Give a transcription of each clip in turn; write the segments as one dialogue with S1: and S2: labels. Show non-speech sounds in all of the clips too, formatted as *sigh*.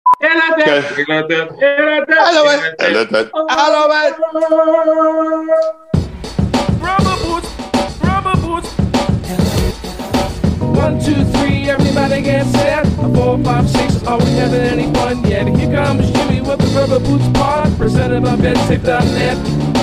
S1: *laughs*
S2: Élete,
S3: Okay.
S2: élete, élete,
S3: Hello, eh.
S2: élete.
S3: I love that.
S4: Hello,
S1: Rubber boots, rubber boots. One, two, three, everybody get set. A Four, five, six, are we having anyone yet? Here comes Jimmy with the rubber boots pod, presented by BedSafe.net.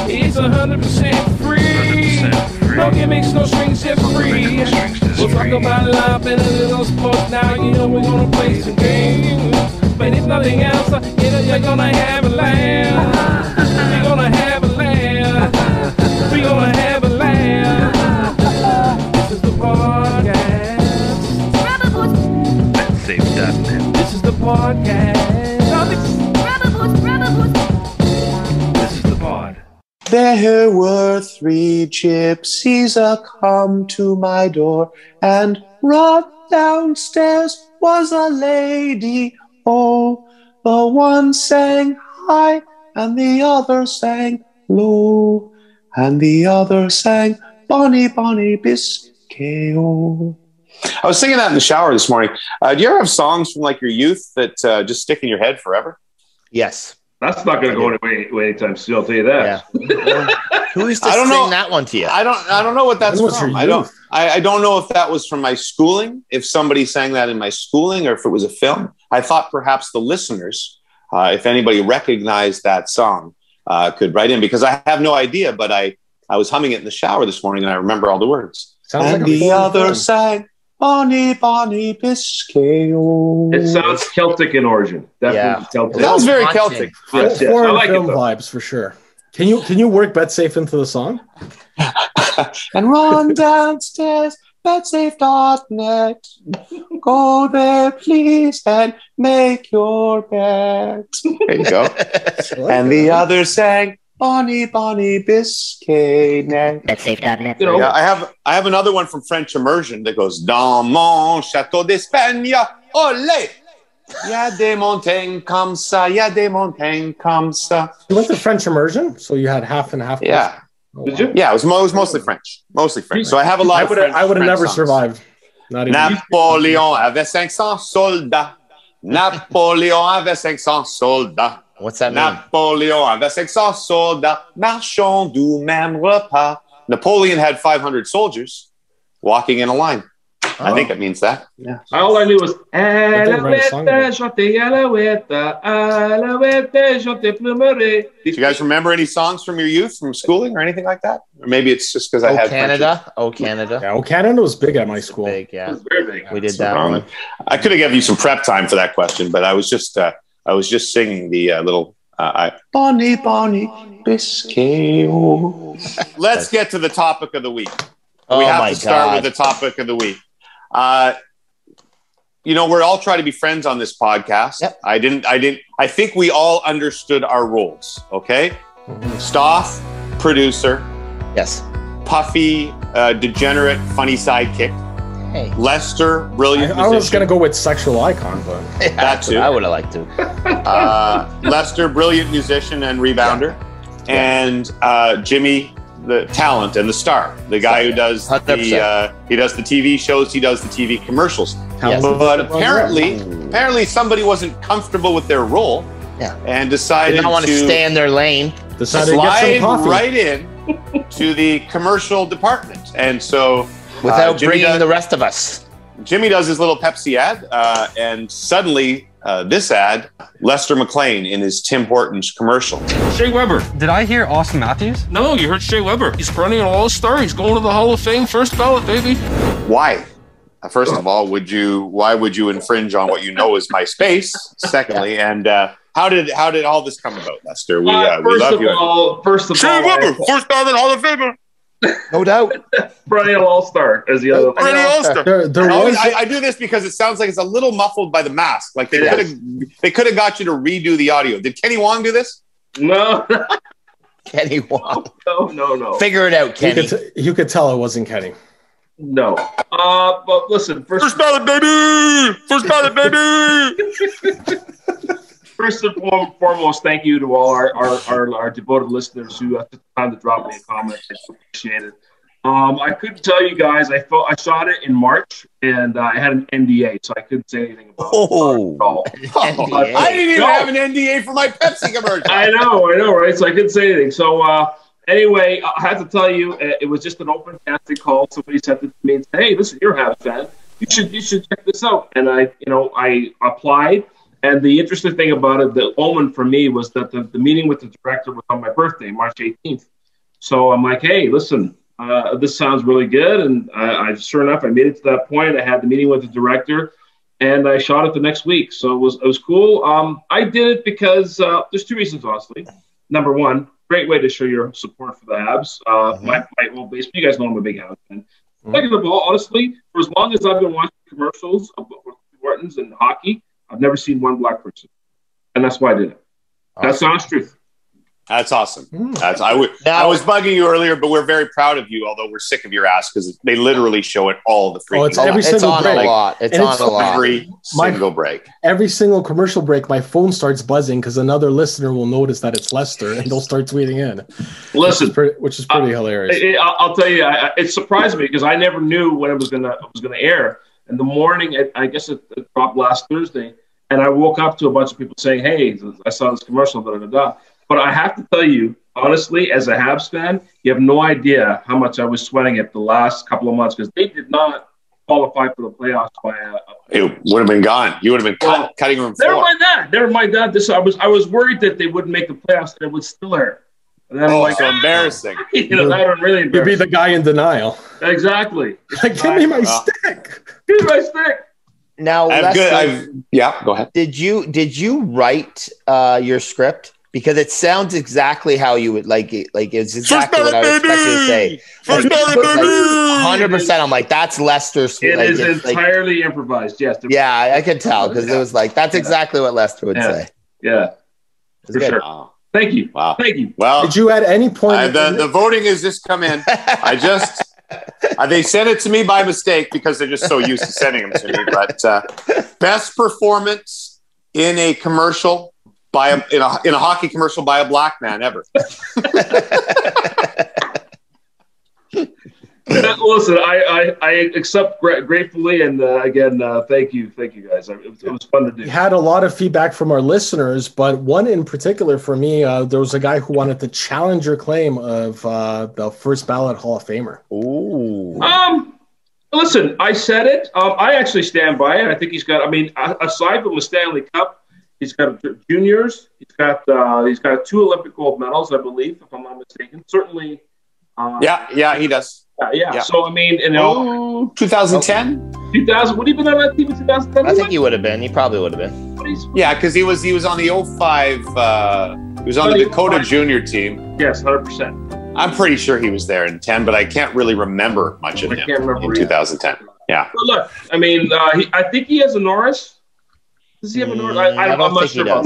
S1: It's a hundred percent free.
S5: 100% free.
S1: No gimmicks, no strings, just free.
S5: No strings, just
S1: We'll talk
S5: free.
S1: about life and a little sports. Now you know we're gonna play some games. But if nothing else, you know you're gonna have a laugh. You're gonna have a laugh. We're gonna have a laugh. This is the podcast.
S6: Rubber boots,
S5: BetSafe.net.
S1: This is the podcast.
S6: rubber boots, rubber boots.
S5: This is the pod.
S3: There were three gypsies a come to my door, and right downstairs was a lady. Oh, the one sang high, and the other sang low, and the other sang Bonnie Bonnie Biscay. I was singing that in the shower this morning. Uh, do you ever have songs from like your youth that uh, just stick in your head forever?
S4: Yes.
S2: That's not going to go away away anytime soon. I'll tell you that.
S4: Yeah. Who used to
S3: I don't
S4: sing
S3: know.
S4: that one to you?
S3: I don't. I don't know what that's
S7: That was
S3: from.
S7: your
S3: I don't. I, I don't know if that was from my schooling. If somebody sang that in my schooling, or if it was a film. I thought perhaps the listeners, uh, if anybody recognized that song, uh, could write in because I have no idea. But I I was humming it in the shower this morning, and I remember all the words.
S7: Sounds
S3: and
S7: like a
S3: the
S7: foreign
S3: other
S7: film.
S3: sang "Bonnie Bonnie Biscay."
S2: It sounds Celtic in origin. Definitely
S4: Yeah.
S2: Celtic.
S3: Sounds very
S4: Haunting.
S3: Celtic.
S7: Foreign
S2: Yes, yes. I like it,
S7: film
S2: though.
S7: vibes for sure. Can you can you work BetSafe into the song?
S3: and run downstairs, betsafe.net. Go there, please, and make your bet. There you go. and the other sang, Bonnie, Bonnie, Biscay Neck.
S2: You know,
S3: Yeah, I have I have another one from French immersion that goes Dans mon château d'Espagne, olé! Y'a des montagnes comme ça, y'a des montagnes comme ça.
S7: You went to French immersion, so you had half and half.
S3: Yeah,
S7: Oh,
S2: Did you?
S3: yeah, it was, mo- it was mostly French, mostly French. So I have a lot.
S7: Hmm. I
S3: of
S7: would have.
S3: French-
S7: I would have
S3: French
S7: never
S3: songs.
S7: survived. Not even.
S3: Napoléon avait 500 soldats. Napoléon avait 500 soldats.
S4: What's that mean?
S3: Napoléon avait 500 soldats. Marchons du même repas. Napoleon had 500 soldiers walking in a line. I
S4: Oh.
S3: think it means that. Yeah.
S2: all I knew was
S7: didn't write a song about
S2: Alouette,
S7: it.
S2: je te alouette, alouette, je te plumerai.
S3: Do you guys remember any songs from your youth, from schooling, or anything like that? Or maybe it's just because I
S4: Oh
S3: had
S4: Canada. Oh Canada.
S7: Yeah, well, Canada was big at my
S4: It's
S7: school.
S4: Big, yeah.
S2: Very
S4: We did
S3: French-
S4: that one.
S3: I could have given you some prep time for that question, but I was just uh, I was just singing the uh, little uh, I, Bonnie Bonnie Biscay. Let's get to the topic of the week.
S4: Oh
S3: we have
S4: my
S3: to start
S4: god.
S3: with the topic of the week. Uh, you know, we're all trying to be friends on this podcast.
S4: Yep.
S3: I didn't, I didn't, I think we all understood our roles. Okay. Staff, producer,
S4: yes.
S3: puffy, uh, degenerate, funny sidekick,
S4: *laughs* Hey.
S3: Lester,
S7: I,
S3: brilliant.
S7: I was
S3: musician.
S7: gonna go with sexual icon, but
S3: That too.
S4: I would have liked to.
S3: uh, Lester, brilliant musician and rebounder, and uh, Jimmy, the talent and the star, the guy who does the
S4: 100%.
S3: uh, he does the TV shows, he does the TV commercials.
S4: Yes.
S3: But apparently, apparently somebody wasn't comfortable with their role,
S4: Yeah.
S3: and
S4: I
S3: decided
S4: did not want to stay in their lane.
S7: decided to get
S3: slide
S7: some coffee.
S3: right in to the commercial department, and so.
S4: without
S3: Jimmy
S4: bringing
S3: does-
S4: the rest of us. *laughs*
S3: Jimmy does his little Pepsi ad, uh, and suddenly uh, this ad, Lester McLean in his Tim Hortons commercial.
S1: Shea Weber.
S8: Did I hear Austin Matthews?
S1: No, you heard Shea Weber. He's running an all-star. He's going to the Hall of Fame first ballot, baby.
S3: Why? Uh, First of all, would you? Why would you infringe on what you know is my space? Secondly, and uh, how did how did all this come about, Lester? We, uh,
S2: Uh,
S3: we
S2: first
S3: love
S2: of
S3: you.
S2: all, first of all, I-
S3: first time in Hall of Famer,
S4: No doubt.
S2: *laughs* Brian All Star as the
S3: Oh,
S2: other.
S4: Brian Ulster.
S7: *laughs* There, there
S3: I,
S7: was.
S3: always- Oh, I, I do this because it sounds like it's a little muffled by the mask. Like they
S4: Yes.
S3: could have they could have got you to redo the audio. Did Kenny Wong do this?
S2: No, *laughs*
S4: Kenny Wong.
S2: no, no, no,
S4: Figure it out,
S7: you,
S4: Kenny.
S7: could t- you could tell it wasn't Kenny.
S2: no. Uh, but listen, first,
S3: ballot, baby. First ballot, *laughs* baby.
S2: first and for- foremost, thank you to all our our, our, our devoted listeners who uh, took the time to drop me a comment. I appreciate it. Um, I couldn't tell you guys. I felt I shot it in March, and uh, I had an NDA, so I couldn't say anything about it
S4: Oh,
S2: at all.
S4: NBA.
S3: I didn't even
S2: No.
S3: have an NDA for my Pepsi *laughs* commercial.
S2: I know, I know, right? So I couldn't say anything. So uh, anyway, I have to tell you, uh, it was just an open casting call. Somebody sent it to me and said, "Hey, listen, you're a half fan. You should you should check this out." And I, you know, I applied. And the interesting thing about it, the omen for me was that the, the meeting with the director was on my birthday, March 18th. So I'm like, hey, listen, uh, this sounds really good. And I, I sure enough, I made it to that point. I had the meeting with the director and I shot it the next week. So it was, it was cool. Um, I did it because uh, there's two reasons, honestly. Number one, great way to show your support for the Habs. Uh, my, my old basement, you guys know I'm a big Habs fan. Second of all, honestly, for as long as I've been watching commercials of Wharton's and hockey, I've never seen one black person. And that's why I did it. That's the honest truth.
S3: That's awesome.
S7: Hmm.
S3: That's I would.
S4: Now-
S3: I was bugging you earlier, but we're very proud of you. Although we're sick of your ass because they literally show it all the freaking.
S7: Oh,
S4: It's
S7: it's
S4: on-
S7: every
S4: it's
S7: single
S4: on
S7: break.
S4: a lot. It's
S7: And
S4: on
S7: it's
S4: a lot.
S3: every
S7: My-
S3: single break.
S7: Every single commercial break, my phone starts buzzing because another listener will notice that it's Lester and they'll start tweeting in, which is
S2: Listen,
S7: pretty, which is pretty hilarious.
S2: I- I- I'll tell you, I, I- it surprised me because I never knew when it was gonna it was gonna air. And the morning, it, I guess it, it dropped last Thursday, and I woke up to a bunch of people saying, "Hey, I saw this commercial." Da da da. da." But I have to tell you, honestly, as a Habs fan, you have no idea how much I was sweating at the last couple of months because they did not qualify for the playoffs by a, a
S3: It would have been gone. You would have been cut,
S2: Well,
S3: cutting room
S2: Never
S3: floor.
S2: mind that. Never mind that. This I was I was worried that they wouldn't make the playoffs and it would still air. And then
S3: Oh,
S2: I'm like,
S3: so
S2: "Ah!"
S3: embarrassing.
S2: *laughs* You know, that would really
S7: You'd be
S2: embarrassing.
S7: the guy in denial. *laughs*
S2: exactly.
S7: Like, give me my
S3: Wow.
S7: stick.
S2: Here's my stick.
S4: Now,
S3: I'm
S4: Lester,
S3: good. I've, yeah, go ahead.
S4: did you did you write uh, your script? Because it sounds exactly how you would like it. Like it's exactly what I would expect you to say. Like, Hundred percent. I'm like, that's Lester's.
S2: It
S4: like,
S2: is
S4: it's like-
S2: entirely improvised. Yes. there-
S4: yeah, I- I could tell because it was like that's exactly what Lester would
S2: Yeah.
S4: say.
S2: Yeah.
S4: It's
S2: For
S4: good.
S2: sure.
S3: Wow.
S2: Thank you.
S3: Oh, Wow.
S2: Thank you.
S3: Well,
S7: Did you at any point?
S3: uh, I, the, the voting has just come in. I just uh, they sent it to me by mistake because they're just so used to sending them to me. But uh, best performance in a commercial by a, in a in a hockey commercial by a black man ever.
S2: Listen, I, I, I accept gra- gratefully. And uh, again, uh, thank you. Thank you guys. I, it, was, it was fun to
S7: we
S2: do.
S7: had a lot of feedback from our listeners, but one in particular for me, uh, there was a guy who wanted to challenge your claim of uh, the first ballot Hall of Famer.
S4: Ooh.
S2: Um, listen, I said it. Um, I actually stand by it. I think he's got. I mean, a- aside from the Stanley Cup, he's got juniors. He's got. Uh, he's got two Olympic gold medals, I believe, if I'm not mistaken. Certainly. Uh,
S3: Yeah, yeah, he does.
S2: yeah, yeah.
S3: yeah.
S2: So I mean, you know,
S3: Oh, 2010.
S2: 2000. Would he been on that team in 2010?
S4: I think he would have been. He probably would have been. *laughs*
S3: Yeah, because he was he was on the 05. Uh, he was on the Dakota Junior team.
S2: Yes, 100. percent
S3: I'm pretty sure he was there in 10, but I can't really remember much of
S2: I
S3: him
S2: can't remember
S3: in
S2: either.
S3: 2010. Yeah.
S2: But look, I mean, uh, he, I think he has a Norris. Does he have a Norris? I,
S4: Mm, I
S2: I,
S4: don't
S2: I'm not
S4: think he
S2: sure. about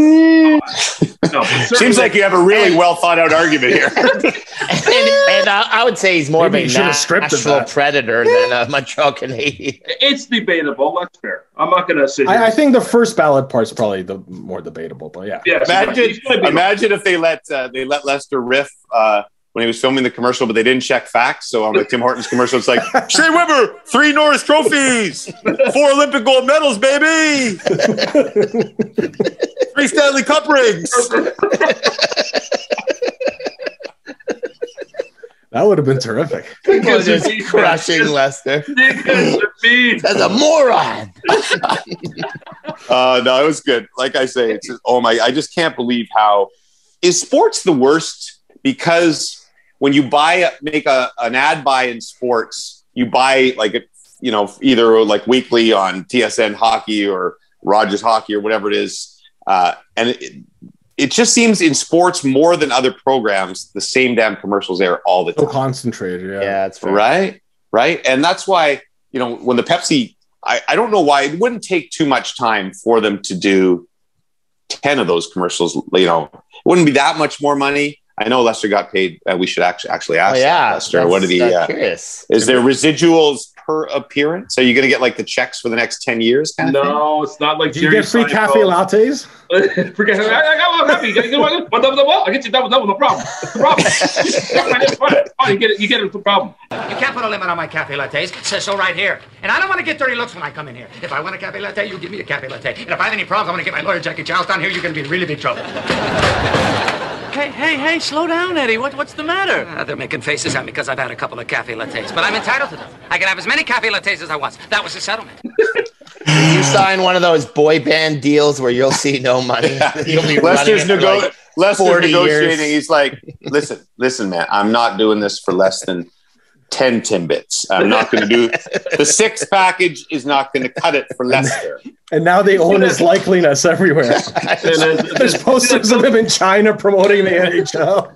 S2: that. No, but
S3: Seems like you have a really well thought out argument here.
S7: *laughs*
S4: and and I, I would say he's more
S7: Maybe
S4: of a
S7: you should have scripted
S4: national
S7: that.
S4: predator than a Montreal Canadian.
S2: *laughs* it's debatable. That's fair. I'm not going to sit. here
S7: I, I
S2: and-
S7: think the first ballot part's probably the more debatable, but yeah.
S2: Yes,
S3: imagine,
S2: he's gonna be-
S3: imagine if they let uh, they let Lester riff uh, when he was filming the commercial, but they didn't check facts. So on the Tim Hortons commercial, it's
S2: *laughs*
S3: like Shea Weber, three Norris trophies, four Olympic gold medals,
S2: *laughs*
S3: baby, three Stanley Cup rings.
S7: That would have been terrific.
S4: People are
S2: Because
S4: just
S2: he's-
S4: crushing
S2: he's-
S4: Lester
S2: Because of me.
S4: as a moron.
S3: Uh, no, it was good. Like I say, it's just, oh my! I just can't believe how is sports the worst because when you buy make a an ad buy in sports, you buy like a, you know either like weekly on TSN hockey or Rogers hockey or whatever it is, uh, and it, it just seems in sports more than other programs, the same damn commercials there all the
S7: So
S3: time.
S7: concentrated, yeah.
S4: Yeah, that's right.
S3: Right. Right. And that's why, you know, when the Pepsi, I, I don't know why it wouldn't take too much time for them to do 10 of those commercials. You know, it wouldn't be that much more money. I know Lester got paid. Uh, we should actually actually
S4: Oh
S3: ask
S4: yeah,
S3: Lester. What
S4: that's-
S3: did he?
S4: that's
S3: Uh,
S4: curious?
S3: is there residuals per appearance? Are you going to get like the checks for the next ten years? Kind of thing?
S2: No, it's not like
S7: Do you get free cafe lattes?
S2: latte. free cafe. I, I got one happy. You want one double double? I get you double double. No problem. No problem. Fine, you get it. You get it. No problem.
S9: You can't put a limit on my cafe lattes. It says so right here. And I don't want to get dirty looks when I come in here. If I want a cafe latte, you give me a cafe latte. And if I have any problems, I'm going to get my lawyer, Jackie Charles, down here. You're going to be in really big trouble.
S10: Hey, hey, hey, slow down, Eddie. What, what's the matter?
S9: Ah, they're making faces at me because I've had a couple of cafe lattes. But I'm entitled to them. I can have as many cafe lattes as I want. That was the settlement.
S4: Did you sign one of those boy band deals where you'll see no money? *laughs* You'll be
S3: Lester's,
S4: running it for,
S3: nego-
S4: like-
S3: Lester's
S4: 40 years.
S3: negotiating. He's like, listen, listen, man, I'm not doing this for less than 10 Timbits. I'm not going to
S4: *laughs*
S3: do the six package is not going to cut it for Lester.
S4: *laughs*
S7: And now they own his likeliness
S3: *laughs*
S7: everywhere.
S2: And then-
S7: There's posters of him in China promoting the NHL.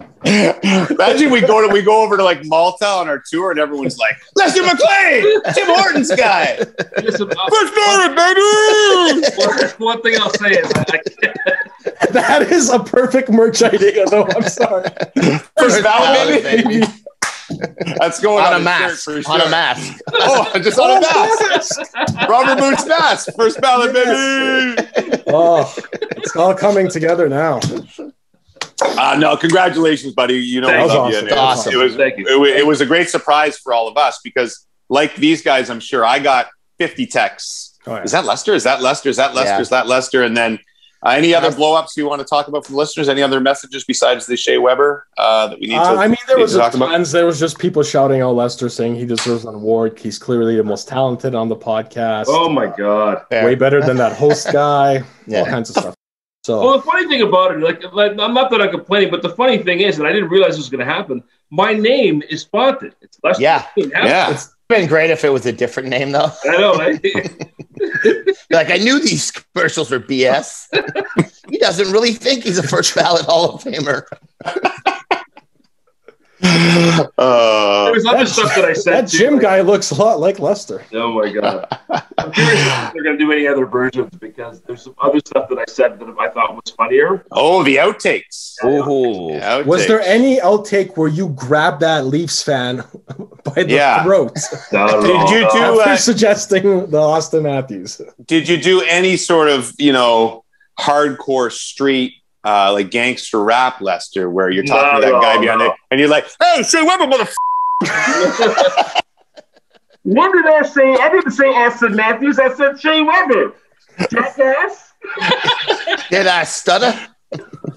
S3: Imagine we go to we go over to like Malta on our tour and everyone's like, Lester McLean, Tim Hortons guy.
S2: listen, uh,
S3: First baby.
S2: one, one thing I'll say is, I, I can't,
S7: That is a perfect merch idea, though.
S3: *laughs*
S7: I'm sorry.
S3: First ballot, baby.
S4: baby.
S3: That's going on,
S4: on a
S3: his
S4: mask.
S3: shirt for
S4: On a
S3: sure.
S4: mask.
S3: Oh,
S4: *laughs*
S3: just on a mask. Robert Boots mask. First ballot,
S7: Yes.
S3: baby.
S7: Oh, it's all coming together now.
S3: Uh, no, congratulations, buddy. You know,
S2: That
S3: we
S2: was
S3: love you.
S7: awesome.
S3: It was-
S4: Awesome.
S3: It was,
S2: Thank you.
S3: it wa- it was a great surprise for all of us because, like these guys, I'm sure I got 50 texts.
S7: All right.
S3: Is that Lester? Is that Lester? Is that Lester?
S4: Yeah.
S3: Is that Lester? And then uh, any other blow ups you want to talk about from listeners? Any other messages besides the Shea Weber uh, that we need to?
S7: Uh, I mean, there
S3: need
S7: was
S3: to talk
S7: just
S3: about?
S7: tons. There was just people shouting out Lester saying he deserves an award. He's clearly the most talented on the podcast.
S2: oh my god.
S4: Fair.
S7: Way better than that
S3: *laughs*
S7: host guy. All
S4: Yeah.
S7: kinds of stuff. So
S2: Well, the funny thing about it, like, like I'm not that I'm complaining, but the funny thing is, and I didn't realize this was going to happen. My name is fonted. It's Lester.
S4: Yeah.
S2: McLean.
S3: yeah.
S4: Been great if it was a different name though.
S2: I know. *laughs* eh?
S4: Like I knew these commercials were BS. *laughs* he doesn't really think he's a first ballot Hall of Famer.
S2: There
S3: Uh,
S2: was other stuff that I said.
S7: that
S2: too,
S7: Jim
S2: like-
S7: guy looks a lot like Lester.
S2: Oh my god! I'm curious if they're going to do any other versions because there's some other stuff that I said that I thought was funnier.
S3: oh, the outtakes.
S4: Ooh.
S3: Outtakes.
S7: Was there any outtake where you grabbed that Leafs fan *laughs* by the
S3: Yeah.
S7: throat
S3: Did you do
S7: after
S3: uh,
S7: suggesting the Austin Matthews?
S3: did you do any sort of you know hardcore street uh, like gangster rap Lester where you're talking
S2: No,
S3: to that
S2: no,
S3: guy behind
S2: no.
S3: there and you're like hey Shea Weber mother
S2: What did I say? I didn't say Austin Matthews. I said Shea Weber. Jackass.
S4: Did I stutter?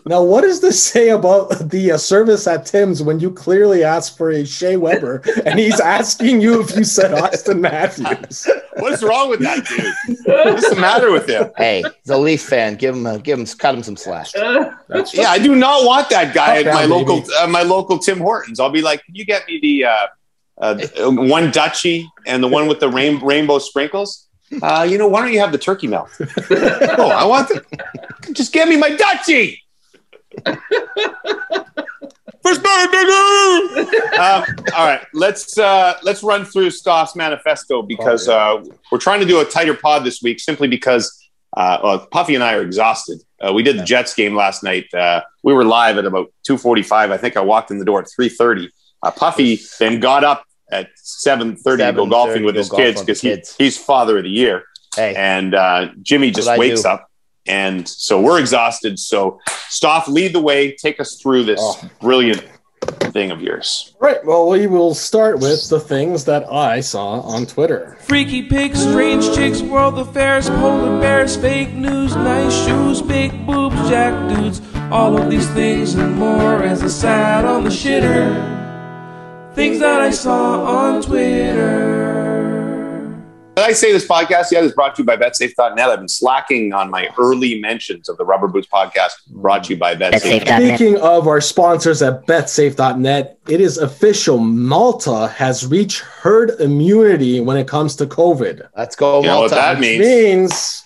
S7: Now, what does this say about the uh, service at Tim's when you clearly asked for a Shea Weber and he's asking you if you said Austin Matthews?
S3: what's wrong with that dude what's the matter with him
S4: Hey, he's a Leaf fan. Give him a, give him cut him some slack.
S2: Uh,
S7: That's
S3: yeah I do not want that guy
S7: Fuck
S3: at my
S7: that,
S3: local
S7: baby.
S3: uh, my local Tim Hortons I'll be like can you get me the uh, uh, one Dutchie and the one with the rain- rainbow sprinkles uh, you know why don't you have the turkey melt *laughs* oh I want the just give me my Dutchie First baby, baby! um, all right, let's uh, let's run through Stoff's manifesto because
S4: Oh,
S3: uh, we're trying to do a tighter pod this week, simply because uh, well, Puffy and I are exhausted. Uh, we did the Jets game last night. Uh, we were live at about two forty-five. I think I walked in the door at three thirty. Uh, Puffy then got up at seven thirty to go
S4: 7:30
S3: golfing with
S4: go
S3: his
S4: golf
S3: kids
S4: with the
S3: because he,
S4: kids.
S3: he's father of the year
S4: Hey,
S3: and uh, Jimmy just
S4: What'd I
S3: wakes
S4: do?
S3: up, and so we're exhausted. So, Stoff, lead the way. Take us through this
S7: Oh.
S3: brilliant thing of yours.
S7: *laughs* Right. Well, we will start with the things that I saw on Twitter.
S1: Freaky pigs, strange chicks, world affairs, polar bears, fake news, nice shoes, big boobs, jack dudes. All of these things and more as a side on the shitter. Things that I saw on Twitter.
S3: Did I say this podcast yet? Is brought to you by BetSafe.net. I've been slacking on my early mentions of the Rubber Boots podcast. Brought to you by BetSafe.
S7: Speaking of our sponsors at betsafe.net, it is official Malta has reached herd immunity when it comes to COVID.
S4: let's go.
S3: You know what
S4: Malta.
S3: that
S7: Which
S3: means?
S7: means,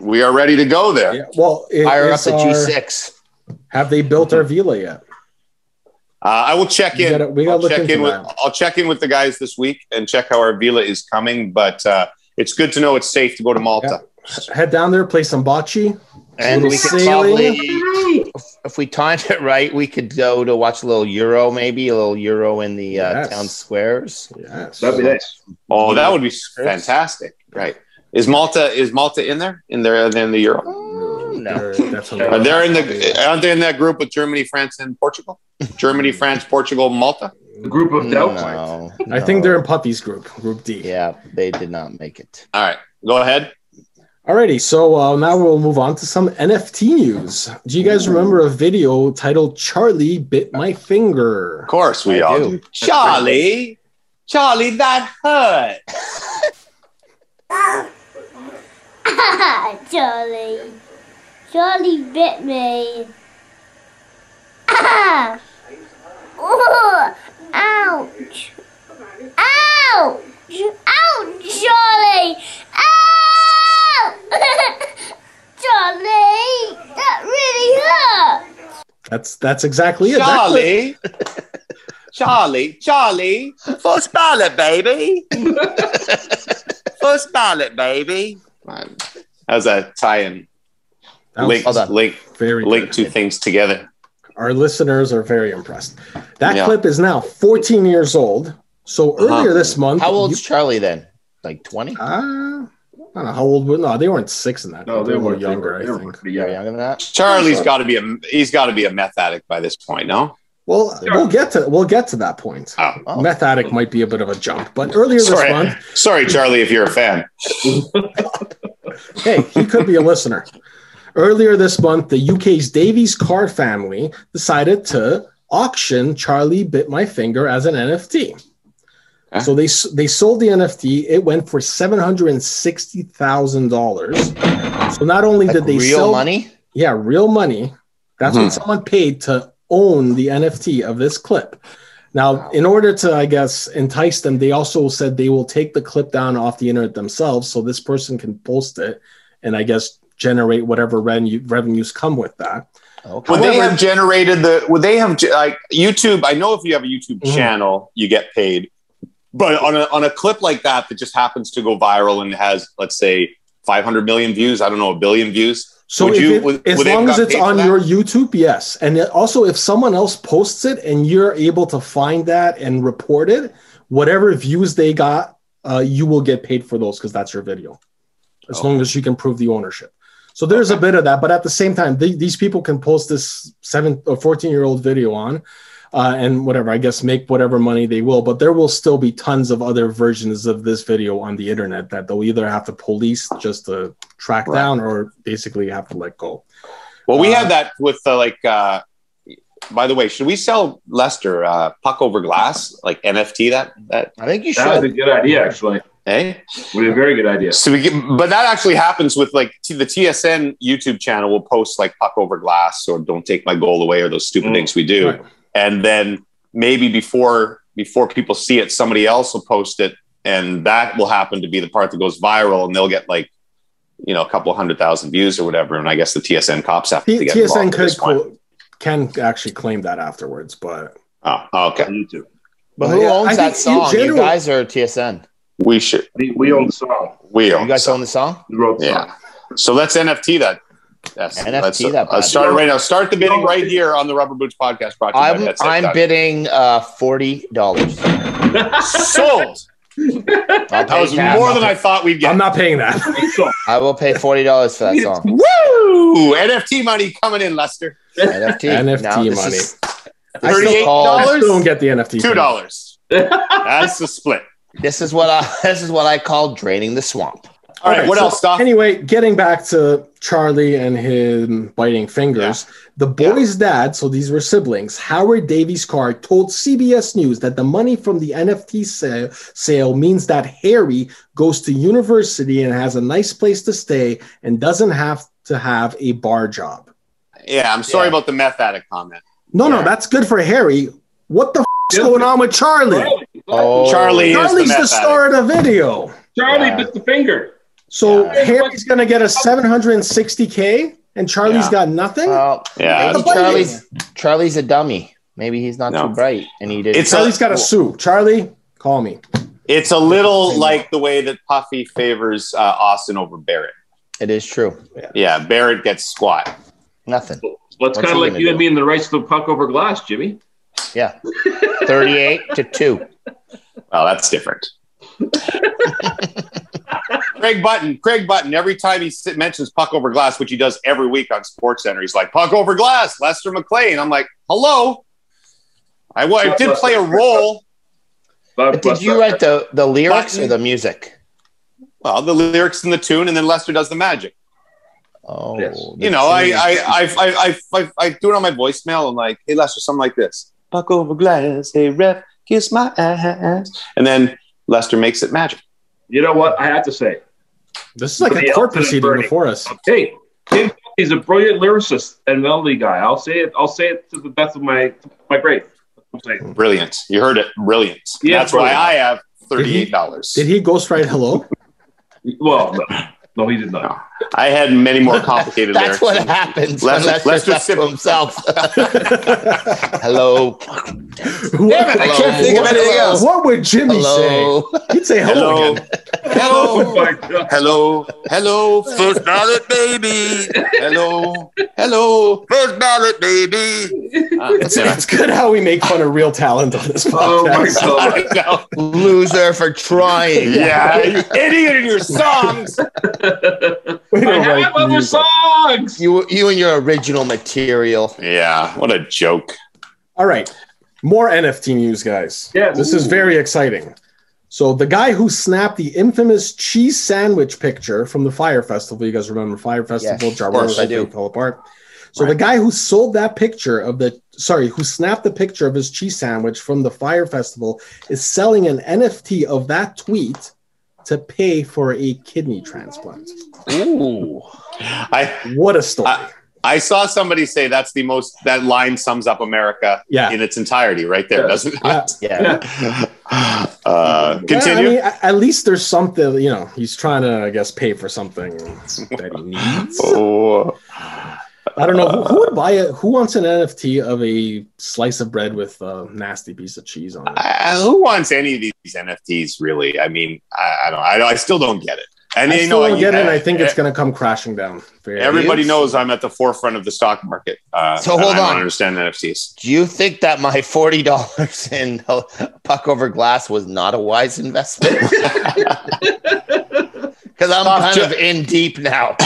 S3: We are ready to go there.
S7: yeah, well, it
S4: Fire up
S7: is
S4: the
S7: our-
S4: G6.
S7: have they built our villa yet?
S3: Uh, I will check
S7: We
S3: in.
S7: gotta- we gotta
S3: I'll
S7: look
S3: check
S7: into
S3: in with
S7: that.
S3: I'll check in with the guys this week and check how our villa is coming. But uh, it's good to know it's safe to go to Malta.
S7: Head down there, play some bocce.
S4: And we
S7: Little
S4: could probably, if- if we timed it right, we could go to watch a little Euro, maybe a little Euro in the uh,
S7: Yes.
S4: town squares.
S7: Yes.
S2: That'd be nice.
S3: Oh, that would be fantastic. Right. Is Malta is Malta in there? In there in the Euro?
S4: No.
S7: Uh, They're- that's a
S3: Are
S7: lot.
S3: they in the aren't they in that group with Germany, France, and
S4: *laughs*
S3: Portugal? Germany, France, Portugal, Malta?
S2: A group
S3: Oh,
S2: of doubt.
S4: No,
S7: I think they're
S4: no.
S7: in Puppy's group, Group D.
S4: Yeah, they did not make it.
S3: All right. Go ahead.
S7: Alrighty, so uh, now we'll move on to some NFT news. Do you guys remember a video titled "Charlie Bit My Finger"?
S3: Of course we
S4: I
S3: all
S4: do.
S3: do. Charlie. Charlie, that hurt.
S11: *laughs* Charlie. Charlie bit me. *laughs* Ah! Oh, ouch. Ouch. Ouch, Charlie. Ow! *laughs* Charlie, that really hurt.
S7: That's that's exactly it. That
S3: Charlie.
S7: clip-
S3: *laughs* Charlie, Charlie. First
S4: *laughs*
S3: ballot, baby. First ballot, baby. As a tie-in,
S7: that
S3: link,
S4: Oh, Hold on.
S3: link,
S7: was very
S3: link
S7: good.
S3: two things together.
S7: Our listeners are very impressed. That
S3: Yeah.
S7: clip is now 14 years old. So
S3: Uh-huh.
S7: earlier this month,
S4: How old's
S7: You,
S4: Charlie then? Like 20?
S7: uh, I don't know how old. were- No, they weren't six in that.
S2: No,
S7: clip.
S2: they
S7: were
S2: were
S7: younger.
S2: They were,
S7: I think.
S2: pretty
S4: You're
S2: young.
S4: younger than that?
S3: Charlie's got to be a he's got to be a meth addict by this point, no?
S7: Well, we'll get to we'll get to that point.
S3: Oh,
S4: Oh.
S7: Meth addict might be a bit of a jump, but earlier this month,
S3: sorry, sorry, Charlie, if you're a fan.
S7: hey, he could be a listener. Earlier this month, the UK's Davies Car family decided to auction Charlie Bit My Finger as an NFT.
S3: Huh?
S7: So they s- they sold the NFT. It went for seven hundred and sixty thousand dollars. So not only
S4: Like
S7: did they
S4: real
S7: sell
S4: money?
S7: yeah, real money. That's
S3: Hmm.
S7: what someone paid to own the NFT of this clip. Now, in order to, I guess, entice them, they also said they will take the clip down off the internet themselves so this person can post it and I guess generate whatever revenue, revenues come with that.
S4: Okay.
S3: Would they have generated the? Would they have ge- like YouTube? I know if you have a YouTube
S7: Mhm.
S3: channel, you get paid, but on a on a clip like that that just happens to go viral and has let's say 500 million views. I don't know, a billion views.
S7: So
S3: Would
S7: if
S3: you-
S7: it-
S3: would-
S7: as
S3: would they have
S7: long as
S3: got
S7: it's
S3: paid for
S7: on
S3: that?
S7: your YouTube, yes. And it- also if someone else posts it and you're able to find that and report it, whatever views they got, uh, you will get paid for those because that's your video. As
S3: Okay.
S7: long as you can prove the ownership. So there's a bit of that, but at the same time, the- these people can post this seven or 14 year old video on uh, and whatever, I guess make whatever money they will, but there will still be tons of other versions of this video on the internet that they'll either have to police just to track
S3: Right.
S7: down or basically have to let go.
S3: Well, we
S7: Uh,
S3: had that with the like. Uh, by the way, should we sell Lester uh, puck over glass like NFT? That that
S4: I think you should.
S2: That was a good idea, actually.
S3: eh?
S2: Would be a very good idea.
S3: So we get, but that actually happens with like t- the TSN YouTube channel will post like puck over glass or don't take my goal away or those stupid
S2: Mm.
S3: things we do,
S7: Right.
S3: and then maybe before before people see it, somebody else will post it, and that will happen to be the part that goes viral, and they'll get like you know a couple hundred thousand views or whatever, and I guess the TSN cops have to
S7: T-
S3: get
S7: TSN
S3: involved at
S7: could
S3: this point.
S7: co- can actually claim that afterwards, but
S3: Oh, okay.
S2: YouTube.
S4: but who
S7: Yeah,
S4: owns
S7: I
S4: that
S7: think in
S4: song? you
S7: general-
S4: guys or TSN?
S3: We should
S2: We, we own the song.
S3: we
S4: You guys own the song?
S2: We wrote the song.
S3: Yeah. So let's NFT that. Yes.
S4: NFT
S3: let's,
S4: that
S3: Let's start it right now. Start the bidding
S2: No,
S3: right here on the Rubber Boots Podcast. Brought to you by
S4: I'm,
S3: That's It
S4: I'm
S3: Dot-
S4: bidding uh, $40.
S3: Sold.
S4: I'll
S3: That was
S4: pay cash.
S3: more than I thought we'd get.
S7: I'm not paying that. *laughs*
S4: I will pay $40
S3: *laughs*
S4: for that song.
S3: Woo! NFT money coming in, Lester.
S4: NFT.
S7: NFT
S4: No, this
S7: money.
S4: is-
S7: I
S4: this, is
S3: Thirty-eight
S4: called,
S7: I
S3: dollars,
S7: still don't get the NFT.
S3: two
S7: thing.
S3: dollars. That's the split.
S4: this is what I *laughs* this is what I call draining the swamp.
S3: All right.
S7: Okay,
S3: what
S7: so
S3: else, Doc?
S7: Anyway, getting back to Charlie and him biting fingers, the boy's dad, so these were siblings, Howard Davies Carr, told CBS News that the money from the NFT sale, sale means that Harry goes to university and has a nice place to stay and doesn't have to have a bar job.
S3: yeah, I'm sorry
S4: Yeah.
S3: about the meth addict comment.
S7: No, no,
S3: Yeah.
S7: that's good for Harry. What the f- is going on with Charlie?
S4: Oh,
S3: Charlie is the
S7: Charlie's the,
S3: meth addict.
S7: star of the video.
S2: Charlie
S4: Yeah.
S2: bit the finger.
S7: So
S4: Yeah.
S7: Harry's going to get a 760K and Charlie's
S3: Yeah.
S7: got nothing?
S4: Well,
S3: Yeah.
S4: maybe
S7: The buddy.
S4: Charlie's Charlie's a dummy. Maybe he's not
S3: No.
S4: too bright, and he did.
S3: It's a-
S7: Charlie's got to sue. Charlie, call me.
S3: It's a little like the way that Puffy favors uh, Austin over Barrett.
S4: It is true.
S3: Yeah, Barrett gets squat.
S4: Nothing.
S2: Well,
S4: What's
S2: it's kind of
S4: he
S2: like
S4: gonna
S2: you
S4: do?
S2: and me in the race to puck over glass, Jimmy.
S4: Yeah. 38 to 2.
S3: Well, that's different. *laughs* Craig Button, Craig Button. Every time he sit, mentions puck over glass, which he does every week on Sports Center, he's like puck over glass, Lester McLean. I'm like, hello. I, wa- I did play a role.
S2: God
S4: But
S2: bless
S4: did you
S2: that.
S4: write the, the lyrics or
S3: Button.
S4: the music?
S3: Well, the lyrics and the tune, and then Lester does the magic.
S4: Oh,
S2: Yes.
S4: the
S3: You know, I
S4: tune.
S3: I, I, I, I, I, I do it on my voicemail. I'm like, hey Lester, something like this,
S12: Buck over glass, hey ref, kiss my ass.
S3: and then Lester makes it magic.
S2: You know what? I have to say,
S7: This is like
S2: Yeah,
S7: a court
S2: it's an
S7: proceeding
S2: attorney.
S7: before us.
S2: hey, Tim is a brilliant lyricist and melody guy. I'll say it. I'll say it to the best of my my grave. I'm saying.
S3: Brilliant. You heard it. Brilliant.
S2: Yeah,
S3: That's why
S2: brilliant.
S3: I have thirty-eight dollars.
S7: Did he
S4: *laughs*
S7: ghostwrite hello?
S2: Well, no, no, he did not.
S3: I had many more complicated
S4: That's
S3: lyrics.
S4: what
S3: than-
S4: happens
S3: Lester-
S4: when Lester
S3: Lester
S4: left to
S3: Simmons. *laughs*
S4: himself. *laughs* Hello.
S7: Damn
S4: I can't think of anything else.
S7: What would Jimmy say?
S4: Hello.
S7: He'd say
S3: Hello.
S7: hello, again.
S2: *laughs* Oh
S3: Hello.
S2: my
S4: *laughs*
S2: God.
S3: Hello. Hello. First ballot, baby. Hello. *laughs* Hello. First ballot, baby.
S7: It's, it's good how we make fun of real talent on this podcast.
S2: Oh my God.
S3: I know.
S4: Loser for trying.
S3: Yeah, you idiot in your songs.
S7: We
S2: I
S7: don't like
S2: have other
S7: music.
S2: songs.
S4: You you and your original material.
S3: Yeah, what a joke.
S7: All right. More NFT news, guys.
S2: Yeah.
S7: This is very exciting. So the guy who snapped the infamous cheese sandwich picture from the Fire Festival, you guys remember Fire Festival,
S4: Yes,
S7: Jar
S4: of
S7: Jar
S4: course I
S7: Binks
S4: do.
S7: fell apart. So the guy who sold that picture of the sorry, who snapped the picture of his cheese sandwich from the Fire Festival is selling an NFT of that tweet to pay for a kidney transplant.
S3: Ooh. I
S7: What a story.
S3: Uh, I saw somebody say that's the most that line sums up America
S7: yeah.
S3: in its entirety right there, *laughs*
S2: Yeah.
S3: doesn't
S7: Yeah.
S4: Yeah.
S3: it? Uh,
S7: Yeah, I
S3: continue.
S7: mean, a- at least there's something, you know, he's trying to, I guess, pay for something that he needs.
S3: *gasps* Oh.
S7: I don't know who, who would buy it. Who wants an NFT of a slice of bread with a nasty piece of cheese on it?
S3: I, Uh, who wants any of these NFTs? Really? I mean, I, I don't. I, don't- I still don't get it. And
S7: I
S3: you
S7: still
S3: know,
S7: don't
S3: you-
S7: get it. and I think it's
S3: e-
S7: going to come crashing down. Very-
S3: everybody
S4: is.
S3: knows I'm at the forefront of the stock market. Uh,
S4: So
S3: and
S4: hold
S3: I don't
S4: on.
S3: understand *laughs* NFTs.
S4: Do you think that my forty dollars *laughs* in puck over glass was not a wise investment? *laughs* Because I'm
S3: Stop
S4: kind
S3: ju-
S4: of in deep now.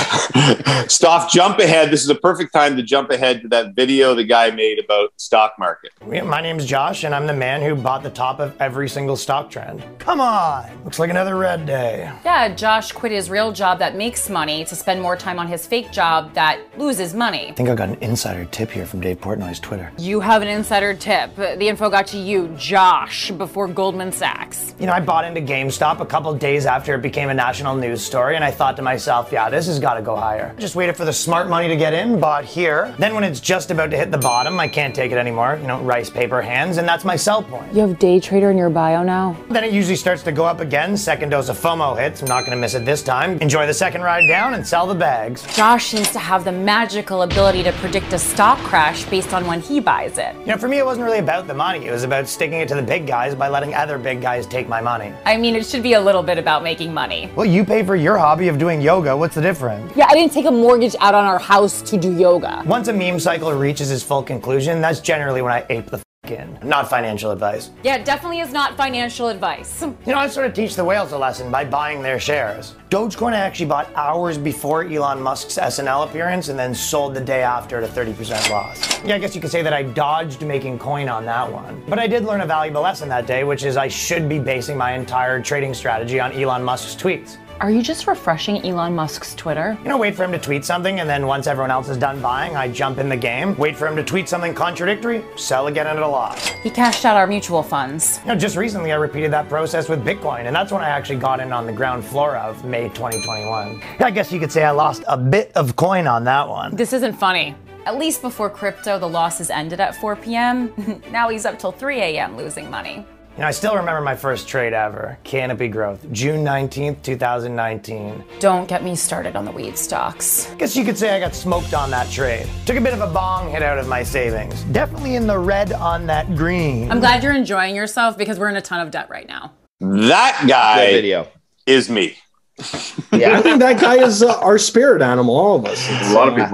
S3: Stop. Jump ahead. This is the perfect time to jump ahead to that video the guy made about stock market.
S13: My name's Josh, and I'm the man who bought the top of every single stock trend. Come on! Looks like another red day.
S14: Yeah, Josh quit his real job that makes money to spend more time on his fake job that loses money.
S13: I think I got an insider tip here from Dave Portnoy's Twitter.
S14: You have an insider tip. The info got to you, Josh, before Goldman Sachs.
S13: You know, I bought into GameStop a couple days after it became a national news story, and I thought to myself, yeah, this has got to go higher. Just waited for the smart money to get in, bought here. Then, when it's just about to hit the bottom, I can't take it anymore. You know, rice paper hands, and that's my sell point.
S14: You have day trader in your bio now?
S13: Then it usually starts to go up again. Second dose of FOMO hits. I'm not going to miss it this time. Enjoy the second ride down and sell the bags.
S14: Josh seems to have the magical ability to predict a stock crash based on when he buys it.
S13: You know, for me, it wasn't really about the money. It was about sticking it to the big guys by letting other big guys take my money.
S14: I mean, it should be a little bit about making money.
S13: Well, you pay for your hobby of doing yoga. What's the difference?
S14: Yeah, I didn't take a mortgage out on our house to do yoga.
S13: Once a meme cycle reaches its full conclusion, that's generally when I ape the f in. Not financial advice.
S14: Yeah, it definitely is not financial advice.
S13: You know, I sort of teach the whales a lesson by buying their shares. Dogecoin I actually bought hours before Elon Musk's SNL appearance and then sold the day after at a 30% loss. Yeah, I guess you could say that I dodged making coin on that one. But I did learn a valuable lesson that day, which is I should be basing my entire trading strategy on Elon Musk's tweets.
S14: Are you just refreshing Elon Musk's Twitter?
S13: You know, wait for him to tweet something, and then once everyone else is done buying, I jump in the game. Wait for him to tweet something contradictory, sell again at a loss.
S14: He cashed out our mutual funds.
S13: You know, just recently I repeated that process with Bitcoin, and that's when I actually got in on the ground floor of May 2021. I guess you could say I lost a bit of coin on that one.
S14: This isn't funny. At least before crypto, the losses ended at 4 p.m. *laughs* now he's up till 3 a.m. losing money.
S13: You know, I still remember my first trade ever Canopy Growth, June 19th, 2019.
S14: Don't get me started on the weed stocks.
S13: Guess you could say I got smoked on that trade. Took a bit of a bong hit out of my savings. Definitely in the red on that green.
S14: I'm glad you're enjoying yourself because we're in a ton of debt right now.
S3: That
S4: Good
S3: guy
S4: video.
S3: is me.
S7: I think that guy is uh, our spirit animal, all of us. uh,
S3: A lot of people.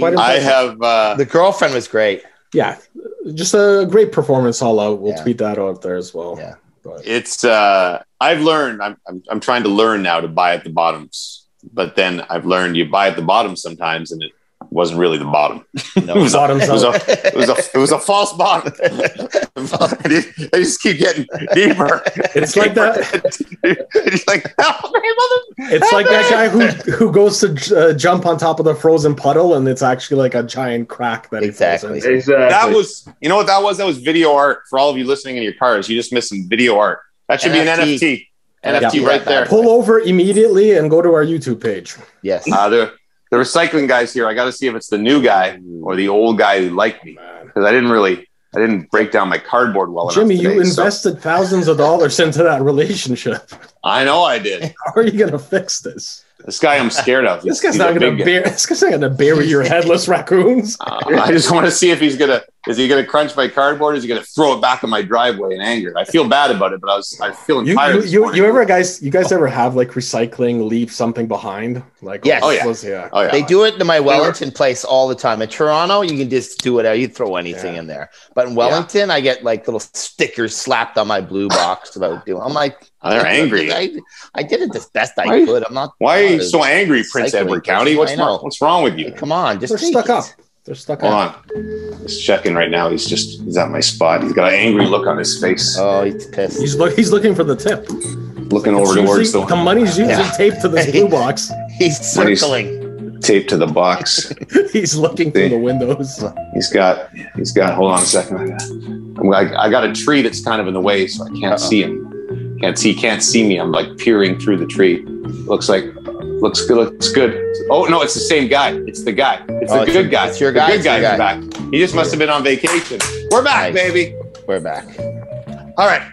S7: Quite
S3: I
S7: impressive.
S3: have. Uh,
S4: the girlfriend was great.
S7: Yeah, just a great performance all out. We'll tweet that out there as well. Yeah.
S3: It's. Uh, I've learned. I'm, I'm. I'm trying to learn now to buy at the bottoms, but then I've learned you buy at the bottom sometimes, and it wasn't really the bottom. it, was a,
S7: Bottoms
S3: it was a.
S7: up.
S3: It was a. It was a false
S7: *laughs*
S3: bottom. I just keep getting deeper.
S7: It's like that.
S3: *laughs* it's like
S7: It's like that guy who who goes to uh, jump on top of the frozen puddle, and it's actually like a giant crack that he falls into.
S3: That was, you know what that was? That was video art for all of you listening in your cars. You just missed some video art. That should be an NFT. NFT
S7: Yeah.
S3: right
S7: *laughs*
S3: there.
S7: Pull over immediately and go to our YouTube page.
S4: Yes.
S3: Uh, the, the recycling guys here. I got to see if it's the new guy or the old guy who liked me because I didn't really, I didn't break down my cardboard well enough.
S7: Jimmy, you
S3: today, so-
S7: invested thousands of dollars into that relationship. *laughs*
S3: I know I did.
S7: How are you going to fix this?
S3: This guy I'm scared of.
S7: *laughs* This guy's
S3: He's a
S7: not going
S3: big
S7: to
S3: guy.
S7: bury. *laughs* This guy's not going to bury your headless raccoons.
S3: Uh, I just want to see if he's gonna is he gonna crunch my cardboard? Is he gonna throw it back in my driveway in anger? I feel bad about it, but I was I was feeling
S7: You,
S3: tired.
S7: you,
S3: this
S7: you,
S3: morning.
S7: you ever guys you guys ever have like recycling leave something behind like
S4: Yes.
S7: oh, this was- yeah.
S4: They do it in my Wellington place all the time. In Toronto, you can just do whatever. You throw anything in there. But in Wellington, I get like little stickers slapped on my blue box about doing. I'm like,
S3: They're angry.
S4: I, I did it the best I
S3: Why-
S4: could. I'm not.
S3: Why are you
S4: uh,
S3: so angry, Prince
S4: recycling
S3: Edward County?
S4: person.
S3: What's
S4: I
S3: wrong,
S4: know.
S3: what's wrong with you?
S4: Come on, just
S7: they're
S4: take
S7: stuck
S4: it.
S7: up. They're stuck
S3: Hold
S7: up.
S3: on. He's checking right now. He's just he's at my spot. He's got an angry look on his face.
S4: Oh, he's pissed.
S7: He's look he's looking for the tip.
S3: looking over
S7: It's
S3: towards
S7: usually-
S3: the,
S7: the money's usually
S3: Yeah.
S7: taped *laughs* to this blue box.
S4: He's
S3: Money's taped to the
S4: *laughs*
S3: box.
S7: he's looking through the windows.
S3: He's got he's got. Hold on a second. I'm, I, I got a tree that's kind of in the way, so I can't see him. Can't see. Can't see me. I'm like peering through the tree. Looks like looks good. Looks good. Oh no, it's the same guy. It's the guy. It's
S4: Oh,
S3: the
S4: it's
S3: good
S4: your-
S3: guy.
S4: it's your
S3: The
S4: guy,
S3: good
S4: it's your
S3: guy's
S4: guy.
S3: back. He just must have been on vacation. We're back,
S4: Nice.
S3: baby.
S4: We're back.
S3: All right.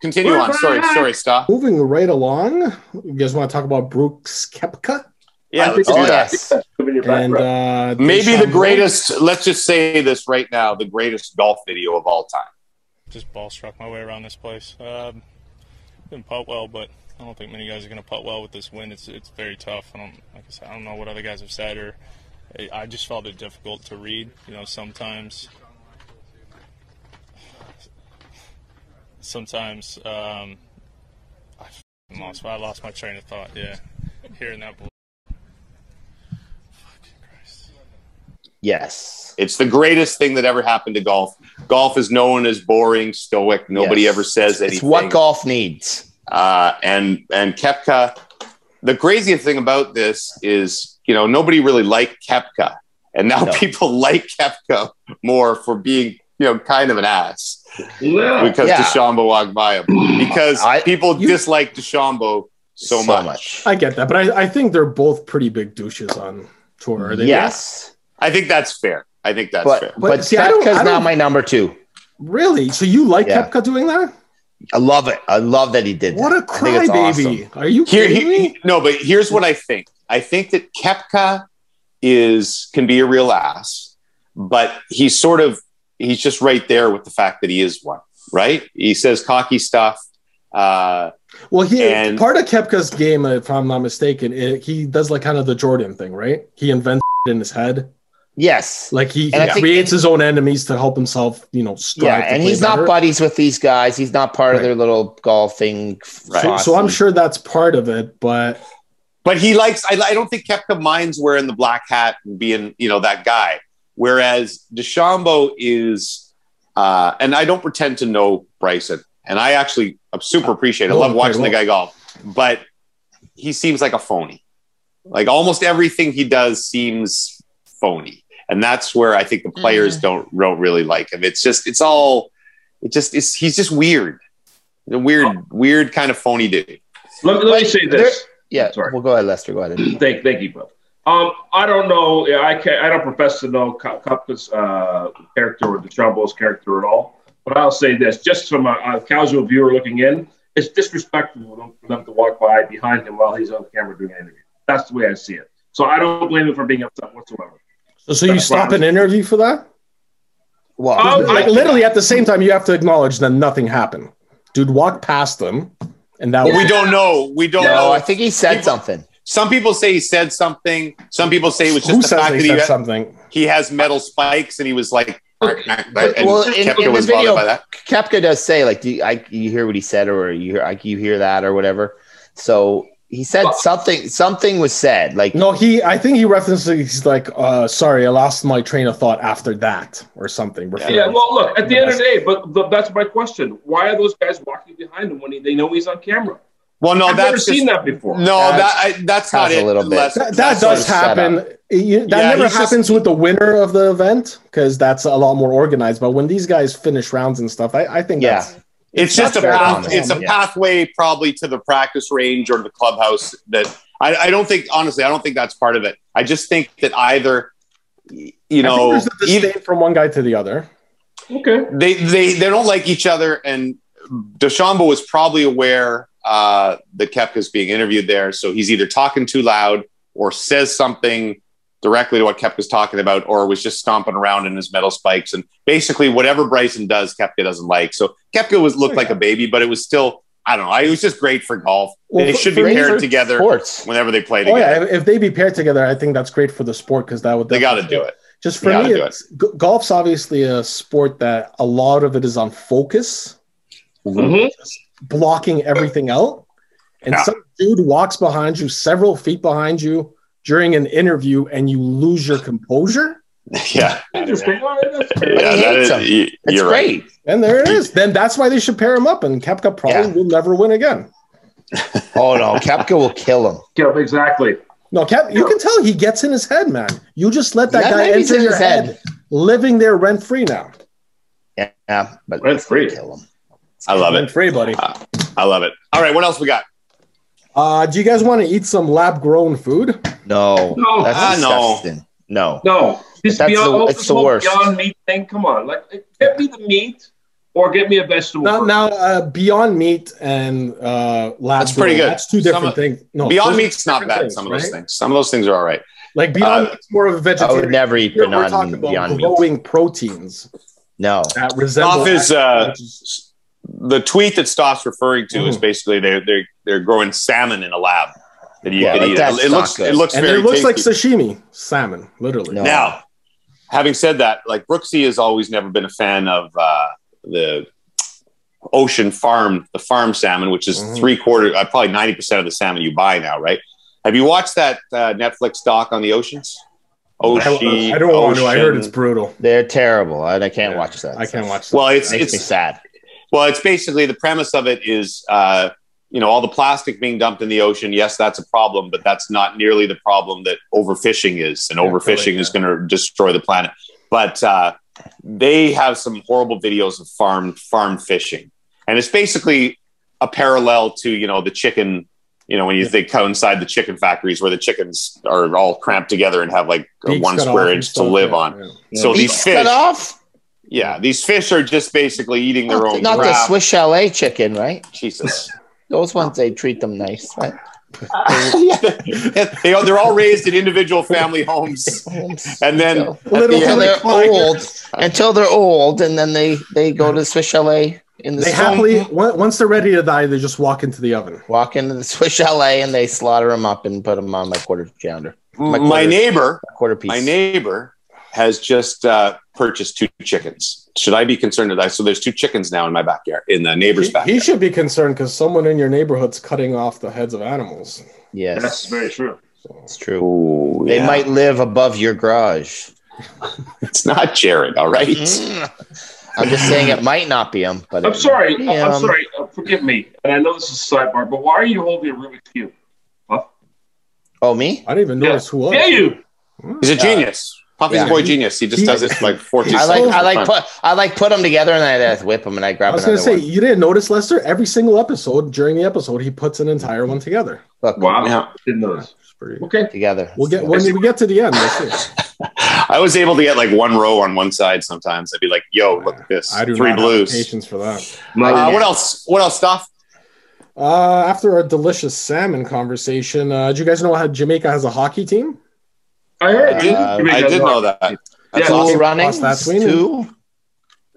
S3: Continue
S7: We're
S3: on. Sorry.
S7: back.
S3: Sorry. Stop.
S7: Moving right along, you guys want to talk about Brooks Kepka
S3: Yeah. Let's do
S4: Oh,
S3: that.
S4: yes.
S7: and uh,
S3: Maybe
S7: Deshaun
S3: the
S7: Roy?
S3: greatest. Let's just say this right now: the greatest golf video of all time.
S15: just ball struck my way around this place. Um, didn't putt well, but I don't think many guys are going to putt well with this wind. It's it's very tough. I don't like I said. I don't know what other guys have said, or I- I just found it difficult to read. You know, sometimes, sometimes um, I f***ing lost. I lost my train of thought. Yeah, hearing that. Bull-
S4: Yes.
S3: It's the greatest thing that ever happened to golf. Golf is known as boring, stoic. Nobody
S4: Yes.
S3: ever says anything.
S4: It's what golf needs.
S3: Uh, and and Kepka. The craziest thing about this is, you know, nobody really liked Kepka, and now
S4: No.
S3: people *laughs* like Kepka more for being, you know, kind of an ass
S2: Yeah.
S3: because
S4: Yeah.
S3: Deshambo Wagmaya because people dislike Deshambo
S4: So
S3: so, much.
S4: much.
S7: I get that, but I, I think they're both pretty big douches on tour. Are they
S4: yes.
S3: I think that's fair. I think that's
S4: But
S3: fair.
S4: but, but
S7: But see, I don't- I
S4: Kepka's now
S7: don't-
S4: my number two.
S7: not? Really? So you like
S4: Yeah.
S7: Kepka doing that?
S4: I love it. I love that he did.
S7: What a
S4: that. I think it's
S7: crybaby!
S4: awesome.
S7: Are you
S3: Here,
S7: kidding
S3: he-
S7: me?
S3: no, but here's what I think. I think that Kepka is can be a real ass, but he's sort of he's just right there with the fact that he is one. Right? He says cocky stuff. Uh,
S7: Well, he
S3: And-
S7: part of Kepka's game, if I'm not mistaken, it, he does like kind of the Jordan thing, right? He invents *laughs* in his head,
S4: Yes.
S7: like he,
S4: And I
S7: he
S4: think-
S7: creates his own enemies to help himself, you know.
S4: Yeah,
S7: Strive to
S4: and
S7: play
S4: he's
S7: better.
S4: not buddies with these guys. He's not part of their little golfing.
S7: So, so I'm sure that's part of it, but
S3: but he likes. I, I don't think Kepka minds wearing the black hat and being you know that guy. Whereas Deshambo is, uh, and I don't pretend to know Bryson, and I actually I'm super appreciative. I
S7: Oh,
S3: love
S7: okay,
S3: watching the
S7: well.
S3: guy golf, but he seems like a phony. Like almost everything he does seems phony, and that's where I think the players don't don't really like him. It's just it's all it just is. He's just weird, a weird weird kind of phony dude.
S2: Let me, let me say this.
S4: Yeah. Well, go ahead, Lester. Go ahead.
S2: Thank, thank you, bro. Um, I don't know. yeah, I can I don't profess to know Ka- Kafka's uh, character or the Troubles character at all. But I'll say this, just from a, a casual viewer looking in, it's disrespectful for them to walk by behind him while he's on camera doing an interview. That's the way I see it. So I don't blame him for being upset whatsoever.
S7: so, so you
S2: That's
S7: stop
S2: right.
S7: an interview for that?
S4: Well,
S2: Oh,
S7: like
S2: I-
S7: literally at the same time, you have to acknowledge that nothing happened. Dude, walk past them, And that
S3: we don't know. We don't
S4: No,
S3: know.
S4: I think he said something.
S3: Some people say he said something. Some people say it was just
S7: Who
S3: the
S7: says
S3: fact
S7: they
S3: that he
S7: said
S3: had-
S7: something?
S3: he has metal spikes and he was like, and
S4: well, in,
S3: Kepka
S4: in the
S3: was bothered
S4: video,
S3: by that.
S4: Kepka does say like, "Do you, I, you hear what he said, or you hear like you hear that, or whatever?" So he said something. Something was said. Like
S7: No, he. I think he references. He's like, uh, "Sorry, I lost my train of thought after that, or something." referring-
S2: Yeah, well, look, at the end of the day, but but that's my question. Why are those guys walking behind him when he, they know he's on camera?
S3: Well, no,
S2: I've
S3: Oh, that's
S2: never
S3: just-
S2: seen that before.
S3: No, that I, that's not
S4: Sounds a
S3: it.
S4: little bit-
S3: unless-
S7: that, that
S3: sort
S7: does
S3: of setup.
S7: happen. You- that
S3: Yeah,
S7: never
S3: he's just-
S7: happens with the winner of the event because that's a lot more organized. But when these guys finish rounds and stuff, I, I think
S4: Yeah.
S7: that's
S3: It's just a
S7: not fair
S3: path,
S7: to
S3: it's a
S7: him.
S3: pathway probably to the practice range or the clubhouse that I, I don't think honestly I don't think that's part of it. I just think that either you
S7: I think
S3: know
S7: there's a disdain from one guy to the other.
S2: Okay.
S3: they they they don't like each other, and Deshambo was probably aware uh, that Kepka's being interviewed there, so he's either talking too loud or says something directly to what Kepka's talking about, or was just stomping around in his metal spikes, and basically whatever Bryson does, Kepka doesn't like. So Kepka was looked like a baby, but it was still. I don't know. I, it was just great for golf.
S7: Well,
S3: they
S7: for-
S3: should be
S7: for-
S3: paired
S7: for
S3: together
S4: sports.
S3: whenever they play
S7: Oh
S3: together.
S7: yeah, if, if they be paired together, I think that's great for the sport because that would
S3: They got to
S7: definitely-
S3: do it.
S7: Just
S3: They
S7: for
S3: gotta
S7: me,
S3: do it.
S7: it's, g- golf's obviously a sport that a lot of it is on focus,
S2: Mhm.
S7: just blocking everything out. And
S3: Yeah.
S7: some dude walks behind you, several feet behind you during an interview, and you lose your composure.
S3: *laughs* Yeah,
S2: Interesting. All right, that's fair.
S3: yeah,
S4: he
S3: that
S4: hates
S3: is,
S4: him.
S3: you-
S4: it's
S3: you're right.
S4: great.
S7: And there it is. Then that's why they should pair him up, and Kepka probably
S4: Yeah.
S7: will never win again.
S4: Oh no, Kepka will kill him.
S2: Yeah, exactly.
S7: No, Cap, you can tell he gets in his head, man. You just let that
S4: Yeah,
S7: guy
S4: maybe he's
S7: enter
S4: in
S7: your
S4: his
S7: head,
S4: head.
S7: living there rent free now.
S4: Yeah, yeah but
S2: Rent free.
S4: kill him.
S3: I love
S7: Rent
S3: it.
S7: free, buddy.
S3: I love it. All right, what else we got?
S7: Uh, do you guys want to eat some lab grown food?
S4: No,
S2: No.
S4: that's
S3: Ah, no.
S4: disgusting. No.
S2: No, this
S4: That's
S2: beyond,
S4: the-
S2: all
S4: it's
S2: this
S4: the
S2: whole
S4: worst.
S2: beyond meat thing. Come on, like get me the meat or get me a vegetable.
S7: Now,
S2: burger.
S7: now uh, Beyond Meat and uh, lab
S3: That's pretty
S7: grown,
S3: good.
S7: That's two different
S3: Some of-
S7: things. No,
S3: Beyond
S7: those are
S3: Meat's not
S7: Oh, different
S3: bad.
S7: things,
S3: Some of those
S7: right?
S3: things. Some of those things are all right.
S7: Like Beyond
S3: Uh,
S7: Meat's more of a
S4: I
S7: vegetarian.
S4: would never eat
S7: Here we're talking
S4: beyond,
S7: about
S4: beyond meat.
S7: growing proteins
S4: No.
S7: that resemble.
S3: Stoff is
S7: actual-
S3: uh, the tweet that Stoff's referring to is
S7: Mhm.
S3: basically they're they're they're growing salmon in a lab that you
S4: Yeah,
S3: can
S4: like
S3: eat.
S4: that's
S3: It,
S4: not
S3: looks it
S4: good.
S3: looks
S7: and
S3: very
S7: it looks like
S3: tasty.
S7: sashimi, salmon, literally.
S4: No.
S3: now, having said that, like Brooksy has always never been a fan of uh, the ocean farm, the farm salmon, which is
S7: Mhm.
S3: three quarter, uh, probably ninety percent of the salmon you buy now, right? Have you watched that uh, Netflix doc on the oceans? Ocean,
S7: I, I don't want to. I heard it's
S3: Ocean-
S7: brutal.
S4: They're terrible. I, I can't watch that.
S7: I can't watch that.
S3: well, it's
S7: I-
S4: It's,
S3: it's
S4: sad.
S3: Well, it's basically the premise of it is, uh, you know, all the plastic being dumped in the ocean. Yes, that's a problem, but that's not nearly the problem that overfishing is. And
S7: Yeah,
S3: overfishing
S7: totally,
S3: is going to destroy the planet. But uh, they have some horrible videos of farm farm fishing, and it's basically a parallel to you know the chicken. You know, when you think coincide the chicken factories where the chickens are all cramped together and have like
S7: Beaks
S3: one
S7: cut off
S3: square
S7: and
S3: inch to
S7: stuff,
S3: live
S7: yeah,
S3: on.
S7: yeah.
S3: So these
S4: Beaks cut
S3: fish,
S4: off?
S3: yeah, these fish are just basically eating their
S4: Not,
S3: own.
S4: not the
S3: crap.
S4: Swiss Chalet chicken, right?
S3: Jesus.
S4: Those ones, they treat them nice. Right?
S3: yeah, they *laughs* are, they're all raised in individual family homes, and then
S4: So-
S3: at the
S4: until
S3: end-
S4: they're old, until they're old, and then they they go to the Swiss Chalet in the
S7: They
S4: storm,
S7: happily on- once they're ready to die, they just walk into the oven.
S4: walk into the Swiss Chalet and they slaughter them up and put them on my quarter pounder,
S3: my,
S4: quarter-
S3: neighbor,
S4: my quarter piece.
S3: my neighbor has just uh, purchased two chickens. Should I be concerned that I? So there's two chickens now in my backyard, in the neighbor's
S7: He,
S3: backyard.
S7: he should be concerned because someone in your neighborhood's cutting off the heads of animals.
S4: yes,
S2: that's very true.
S4: it's true.
S3: Ooh,
S4: They
S3: yeah.
S4: might live above your garage.
S3: It's not Jared, all right.
S4: Mm. I'm just saying it might not be them, but
S2: I'm
S4: it
S2: sorry.
S4: might be
S2: I- I'm
S4: 'em.
S2: sorry. Uh, Forgive me. And I know this is a sidebar, but why are you holding a Rubik's cube?
S4: Oh, me?
S7: I didn't even
S2: Yeah.
S7: notice who was.
S2: Yeah, you.
S3: He's a genius. Puffy's
S4: Yeah.
S3: a boy genius. He just does it like 14
S4: I like
S3: seconds
S4: I
S3: at a
S4: like
S3: time.
S4: put I like put them together and I just whip them and I
S7: I
S4: grab
S7: was
S4: another
S7: gonna say
S4: one.
S7: you didn't notice Lester. Every single episode during the episode, he puts an entire one together.
S4: Look
S2: Wow.
S3: Yeah.
S2: Didn't know this.
S7: It's pretty.
S2: Okay.
S4: together.
S7: We'll get when we get to the end. We'll see.
S3: I was able to get like one row on one side sometimes. I'd be like, yo, look at this.
S7: I do
S3: Three
S7: not have
S3: blues.
S7: patience for that.
S3: Uh, what else? What else, Stuff?
S7: Uh, after our delicious salmon conversation, uh, do you guys know how Jamaica has a hockey team?
S2: I heard.
S4: Uh,
S2: you- you made
S3: I
S2: that
S3: did
S2: up.
S3: know that. That's
S2: Yeah.
S3: awesome.
S4: running
S7: Lost that swing.
S4: two.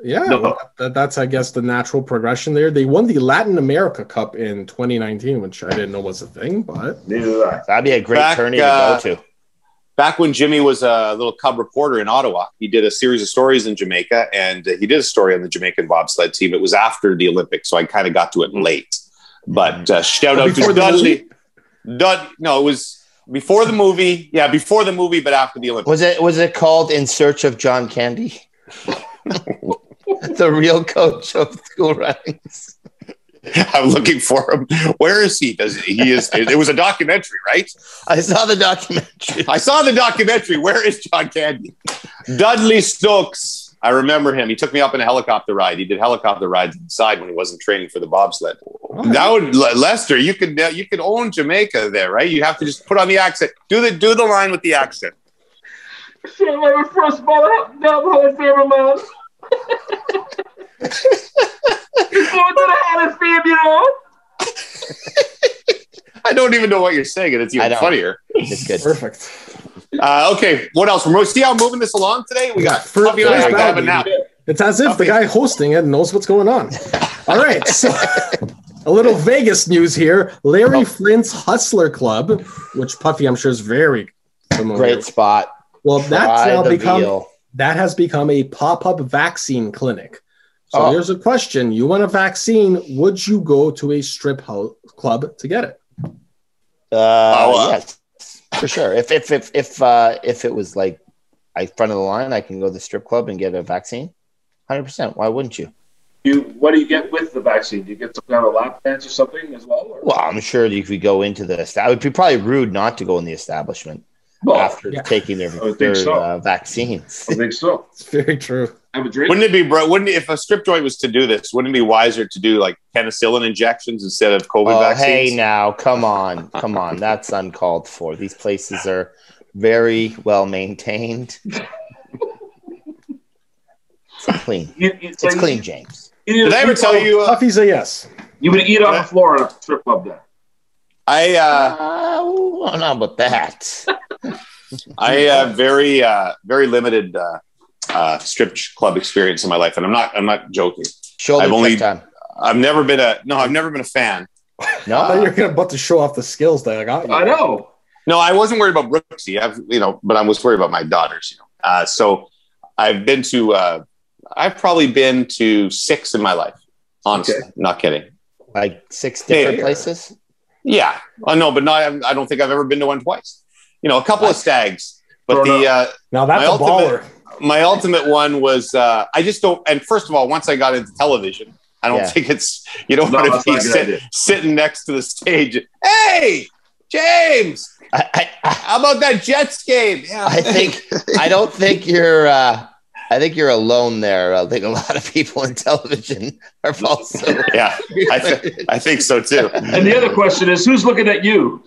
S7: Yeah, well, that, that's I guess the natural progression there. They won the Latin America Cup in 2019, which I didn't know was a thing, but
S4: that'd be a great
S3: Back,
S4: tourney
S3: uh,
S4: to go to.
S3: back when Jimmy was a little cub reporter in Ottawa, he did a series of stories in Jamaica, and uh, he did a story on the Jamaican bobsled team. It was after the Olympics, so I kind of got to it late. But uh, shout out
S7: Mm. Before
S3: to
S7: the
S3: Dudley. Dud, no, it was before the movie. Yeah, before the movie, but after the Olympics.
S4: Was it was it called In Search of John
S7: *laughs*
S4: Candy? the real coach of school runnings.
S3: *laughs* I'm looking for him. Where is he? Does he is? It was a documentary, right?
S4: I saw the documentary.
S3: I saw the documentary. Where is John Candy? Dudley Stokes. I remember him. He took me up in a helicopter ride. He did helicopter rides inside when he wasn't training for the bobsled. That would Le- Lester. You could uh, you could own Jamaica there, right? You have to just put on the accent. Do the do the line with the accent.
S2: Shit, like a first mother, down the whole family man. He's going to the Hall of Fame, you know.
S3: I don't even know what you're saying, and it's
S4: I
S3: even
S4: don't.
S3: funnier.
S4: It's good.
S7: perfect.
S3: Uh, okay, what else? We're see how I'm moving this along today. We got
S7: *laughs* First-
S3: Puppy and I
S7: first
S3: are
S7: round,
S3: going now.
S7: It's as if the guy hosting it knows what's going
S3: *laughs*
S7: on. All right. So a little Vegas news here.
S3: Oh.
S7: Larry Flint's Hustler Club, which Puffy I'm sure is very familiar
S4: Great
S7: with.
S4: spot.
S7: Well, that's
S4: Try
S7: now
S4: the
S7: become
S4: veal.
S7: that has become a pop-up vaccine clinic. So
S4: Oh.
S7: here's a question. You want a vaccine, would you go to a strip ho- club to get it?
S4: Uh,
S7: Oh,
S4: yes, for sure. If if if if uh, if it was like I front of the line, I can go to the strip club and get a vaccine. Hundred percent. Why wouldn't you?
S2: You, what do you get with the vaccine? Do you get some kind of lap dance or something as well? Or?
S4: Well, I'm sure you could go into the. esta- It would be probably rude not to go in the establishment
S2: Well,
S4: after
S2: yeah.
S4: taking their,
S2: would think
S4: their
S2: so.
S4: uh, vaccines.
S2: Oh, I think so.
S7: It's very true.
S2: Have a drink.
S3: Wouldn't it be bro? Wouldn't if a strip joint was to do this? Wouldn't it be wiser to do like penicillin injections instead of COVID
S4: Oh,
S3: vaccines?
S4: hey, now, come on, come on. That's uncalled for. These places are very well maintained. It's clean.
S2: You- you-
S4: It's
S2: so you-
S4: clean, James.
S2: you-
S3: Did I ever tell you? Uh,
S7: Puffy's a yes.
S2: You would eat on the floor in a strip club then.
S3: I uh,
S4: I don't know about that.
S3: I have very uh, very limited uh, uh, strip club experience in my life, and I'm not I'm not joking.
S4: Shoulder
S3: I've only-
S4: check time.
S3: I've never been a no. I've never been a fan.
S4: No,
S7: I thought you were about to show off the skills that I got. you.
S2: I know.
S3: No, I wasn't worried about Brooksy. I've you know, but I was worried about my daughters. You know, uh, so I've been to uh, I've probably been to six in my life. Honestly,
S2: Okay.
S3: not kidding.
S4: like six different
S3: Yeah.
S4: places.
S3: Yeah, oh, no, but not. I don't think I've ever been to one twice. You know, a couple of stags, but
S2: Fair
S3: the uh,
S7: Now that's
S3: My
S7: a
S3: ultimate-
S7: baller.
S3: my ultimate one was uh, I just don't. And first of all, once I got into television, I don't
S4: Yeah.
S3: think it's you don't
S2: No,
S3: want
S2: that's
S3: to be
S2: not a good
S3: sit-
S2: idea.
S3: sitting next to the stage. Hey, James,
S4: I, I, I,
S3: how about that Jets game? Yeah,
S4: I think I don't think you're. Uh, I think you're alone there. I think a lot of people in television are
S3: *laughs*
S4: also.
S3: yeah, I, th- I think so too.
S2: And the other question is, who's looking at you?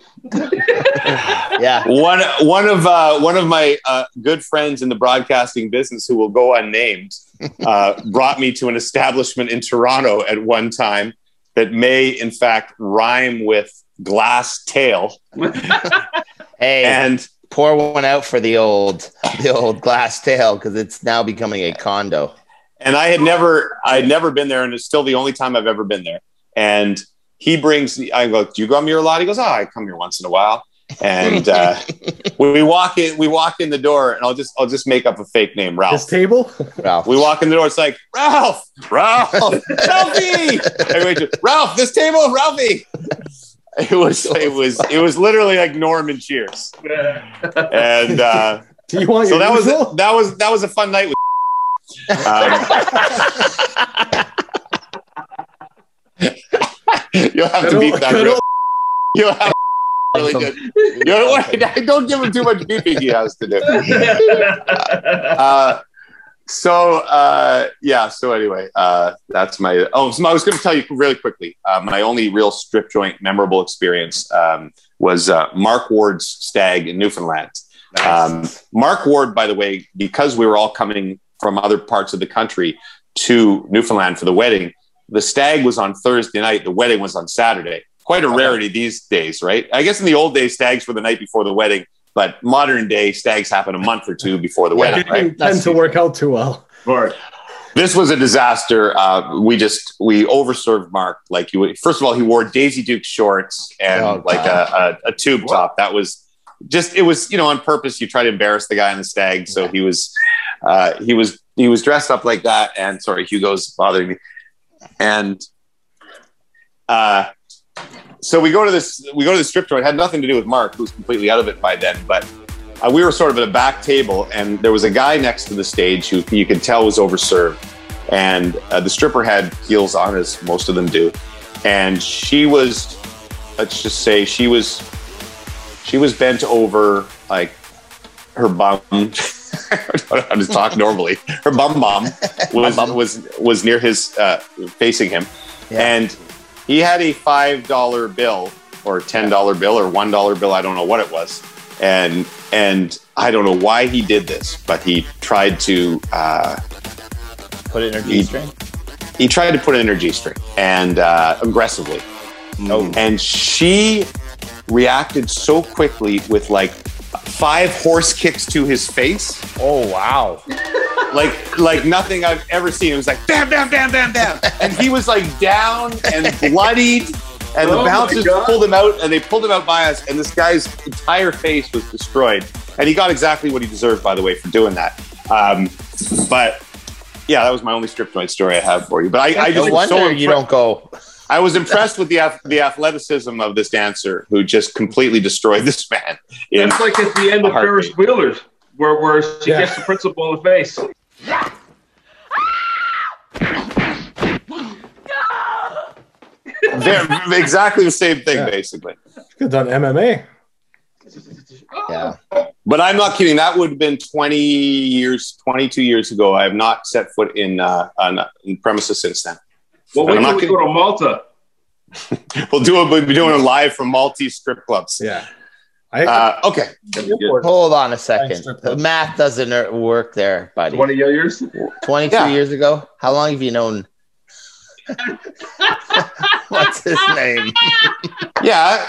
S4: Yeah,
S3: One one of uh, one of my uh, good friends in the broadcasting business, who will go unnamed,
S4: *laughs*
S3: uh, brought me to an establishment in Toronto at one time that may, in fact, rhyme with glass tail.
S4: hey,
S3: And
S4: pour one out for the old, *laughs* the old glass tail because it's now becoming a condo.
S3: and I had never I had never been there, and it's still the only time I've ever been there. And he brings the I go, do you come here a lot? He goes, oh, I come here once in a while. And uh, when we walk in, we walk in the door, and I'll just I'll just make up a fake name,
S7: This
S3: Ralph.
S7: table? *laughs*
S4: Ralph.
S3: We walk in the door. It's like Ralph, Ralph, Ralphie, Everybody just, Ralph. This table, Ralphie. It was it was it was literally like Norman Cheers, and uh,
S7: Do you want
S3: so
S7: your
S3: that was
S7: usual?
S3: that was that was a fun night. With *laughs* um, You'll have to
S7: Good
S3: beat
S7: old-
S3: that.
S7: good
S3: Real.
S7: old-
S3: You'll have *laughs* really good. You know what? *laughs* Don't give him too much beeping. He has to do. Uh, so uh, yeah. So anyway, uh, that's my. Oh, so I was going to tell you really quickly. Uh, my only real strip joint memorable experience um, was uh, Mark Ward's stag in Newfoundland. Um, Mark Ward, by the way, because we were all coming from other parts of the country to Newfoundland for the wedding, the stag was on Thursday night. The wedding was on Saturday. Quite a rarity these days, right? I guess in the old days, stags were the night before the wedding, but modern day stags happen a month or two before the
S7: Yeah,
S3: wedding,
S7: it
S3: right?
S7: didn't tend to work out too well.
S2: Right.
S3: This was a disaster. Uh, we just we overserved Mark. Like he, would- first of all, he wore Daisy Duke shorts and
S4: Oh,
S3: like a, a, a tube top. That was just it was you know on purpose. You try to embarrass the guy in the stag, so he was uh, he was he was dressed up like that. And sorry, Hugo's bothering me. And uh, so we go to this we go to the strip joint. It had nothing to do with Mark, who was completely out of it by then. But uh, we were sort of at a back table, and there was a guy next to the stage who you could tell was overserved. And uh, the stripper had heels on, as most of them do. And she was, let's just say, she was, she was bent over like her bum. *laughs* I don't know how to talk normally. Her bum *laughs* bum was was was near his uh, facing him, and he had a five dollar bill or ten dollar bill or one dollar bill. I don't know what it was, and and I don't know why he did this, but he tried to uh,
S4: Put it in her
S3: he,
S4: G-string.
S3: he tried to put an energy string and uh, aggressively.
S2: Hmm.
S3: Oh, And she reacted so quickly with like five horse kicks to his face.
S4: Oh wow.
S3: *laughs* like like nothing I've ever seen. It was like bam bam bam bam bam. And he was like down and bloodied. And the
S2: Oh my
S3: bouncers
S2: God.
S3: pulled him out and they pulled him out by us and this guy's entire face was destroyed. And he got exactly what he deserved, by the way, for doing that. Um, but yeah, that was my only strip joint story I have for you. But I, I just
S4: no
S3: was
S4: wonder
S3: so
S4: you
S3: impre-
S4: don't go.
S3: I was impressed with the ath- the athleticism of this dancer who just completely destroyed this man. in *laughs*
S2: It's like at the end
S3: a
S2: of
S3: heartbeat.
S2: Ferris Wheelers, where, where she gets the principal in the face.
S3: They're exactly the same thing, basically.
S7: Could have done MMA.
S4: Yeah.
S3: But I'm not kidding. That would have been 20 years, 22 years ago. I have not set foot in uh, on, in premises since then.
S2: Well,
S3: And
S2: wait
S3: I'm
S2: till
S3: not
S2: we go to Malta.
S3: kidding. We'll do it. We'll be doing it live from Maltese strip clubs.
S7: Yeah.
S3: uh, okay.
S4: Hold on a second. The math doesn't er- work there, buddy.
S2: 20 years?
S4: 22
S2: Yeah.
S4: years ago? How long have you
S3: *laughs*
S4: known? What's his name?
S3: Yeah.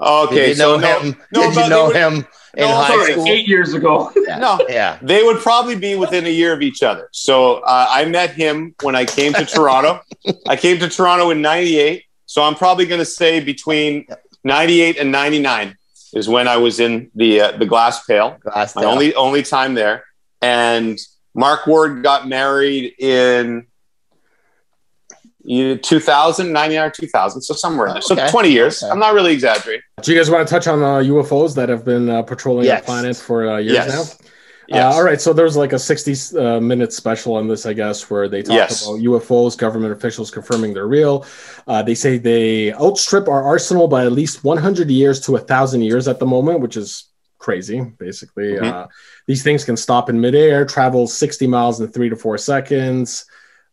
S3: Okay.
S4: Did you
S3: so
S4: know
S3: no-
S4: him?
S3: no,
S4: Did
S3: but
S4: you
S3: they
S4: know
S3: would-
S4: him in
S3: No,
S4: high
S3: sorry,
S4: school?
S2: Eight years ago.
S3: No.
S4: Yeah.
S3: They would probably be within a year of each other. So uh, I met him when I came to Toronto. I came to Toronto in 98. So I'm probably going to say between 98 and 99 is when I was in the uh, the glass pail.
S4: Glass
S3: My only only time there. And Mark Ward got married in you know, 2000, 99 or 2000. So somewhere in there.
S4: Okay.
S3: So 20 years. I'm not really exaggerating.
S7: Do you guys want to touch on uh, UFOs that have been uh, patrolling
S3: Yes.
S7: our planet for uh, years now?
S3: Yes.
S7: Uh, all right, so there's like a 60 uh, minute special on this, I guess, where they talk
S3: Yes.
S7: about UFOs, government officials confirming they're real. Uh, they say they outstrip our arsenal by at least 100 years to 1,000 years at the moment, which is crazy, basically.
S3: Mhm.
S7: Uh, these things can stop in midair, travel 60 miles in three to four seconds.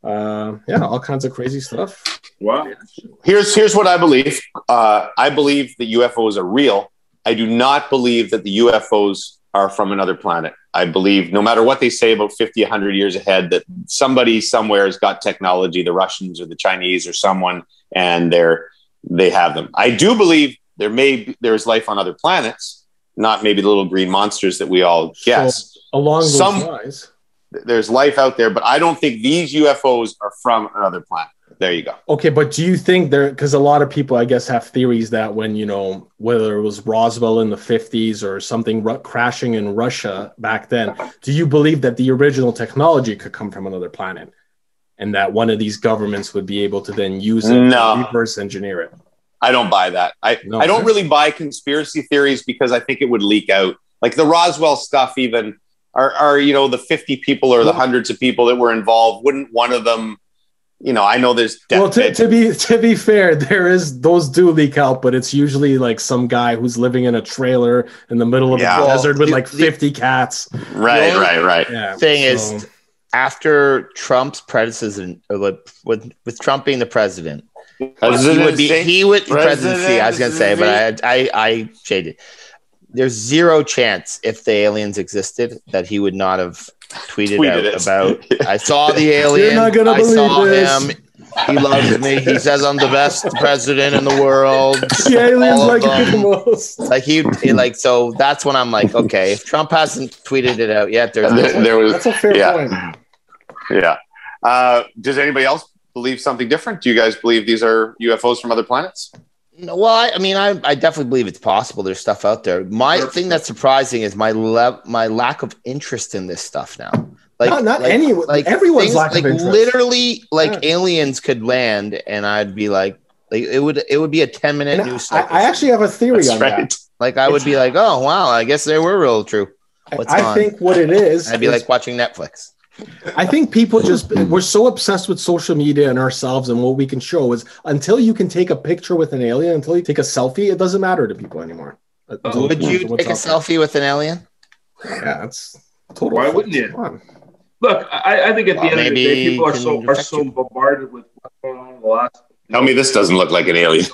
S7: Uh, yeah, all kinds of crazy stuff.
S2: Wow.
S3: Here's here's what I believe. Uh, I believe that UFOs are real. I do not believe that the UFOs are from another planet. I believe, no matter what they say about 50, 100 years ahead, that somebody somewhere has got technology, the Russians or the Chinese or someone, and they're they have them. I do believe there may be, there is life on other planets, not maybe the little green monsters that we all guess.
S7: Along those
S3: Some-
S7: lines.
S3: There's life out there, but I don't think these UFOs are from another planet. There you go.
S7: Okay, but do you think there? Because a lot of people, I guess, have theories that when you know whether it was Roswell in the fifties or something ru- crashing in Russia back then, do you believe that the original technology could come from another planet, and that one of these governments would be able to then use it
S3: No.
S7: to reverse engineer it?
S3: I don't buy that. I,
S7: No,
S3: I don't
S7: okay.
S3: really buy conspiracy theories because I think it would leak out. Like the Roswell stuff, even are, are you know the fifty people or the hundreds of people that were involved? Wouldn't one of them? You know, I know there's death.
S7: well, to, to be to be fair, there is those do leak out, but it's usually like some guy who's living in a trailer in the middle of
S3: Yeah.
S7: the
S3: Well,
S7: desert with
S3: the-
S7: like
S3: the-
S7: fifty cats.
S3: right,
S4: The only
S3: right, right.
S7: Yeah,
S4: Thing
S7: *laughs* so-
S4: is, after Trump's predecessor, or with, with with Trump being the president, he would be he would presidency. I was gonna say, but I I I shaded. There's zero chance if the aliens existed that he would not have tweeted,
S3: Tweeted
S4: out
S3: it. *laughs*
S4: about. I saw
S7: *laughs*
S4: the alien.
S7: not gonna
S4: I saw
S7: believe this."
S4: him. He loves me. He says I'm the
S7: *laughs*
S4: best president in the world.
S7: the aliens
S4: All
S7: like
S4: of
S7: it the
S4: them.
S7: *laughs* most.
S4: Like he, he like so. That's when I'm like, okay, if Trump hasn't tweeted it out yet, there's
S3: There- there was-
S7: That's a fair
S3: yeah.
S7: point.
S3: Yeah. Uh, does anybody else believe something different? Do you guys believe these are UFOs from other planets?
S4: No, well, I, I mean, I, I definitely believe it's possible. There's stuff out there. My thing that's surprising is my le- my lack of interest in this stuff now. Like
S7: No, not anyone- everyone's lack of
S4: like
S7: interest.
S4: literally like aliens could land, and I'd be like, like it would it would be a ten minute news
S7: I,
S4: cycle.
S7: I actually have a theory on that.
S4: Like I would be like, oh wow, I guess they were real true. *laughs* What's
S7: I
S4: on?
S7: think what it is
S4: I'd be
S7: is-
S4: like watching Netflix.
S7: I think people just we're so obsessed with social media and ourselves and what we can show is until you can take a picture with an alien, until you take a selfie, it doesn't matter to people anymore. Until-
S4: Would you
S7: what's
S4: take a
S7: out there.
S4: selfie with an
S7: *laughs*
S4: alien?
S7: Yeah, that's total.
S2: Why wouldn't
S7: you?
S2: Look, I, I think at
S4: Well,
S2: the end of the
S4: maybe
S2: day, people
S4: it
S2: are
S4: can
S2: so are
S4: infect
S2: so bombarded with what's going on in the last.
S3: Tell me
S2: *laughs*
S3: this doesn't look like an alien.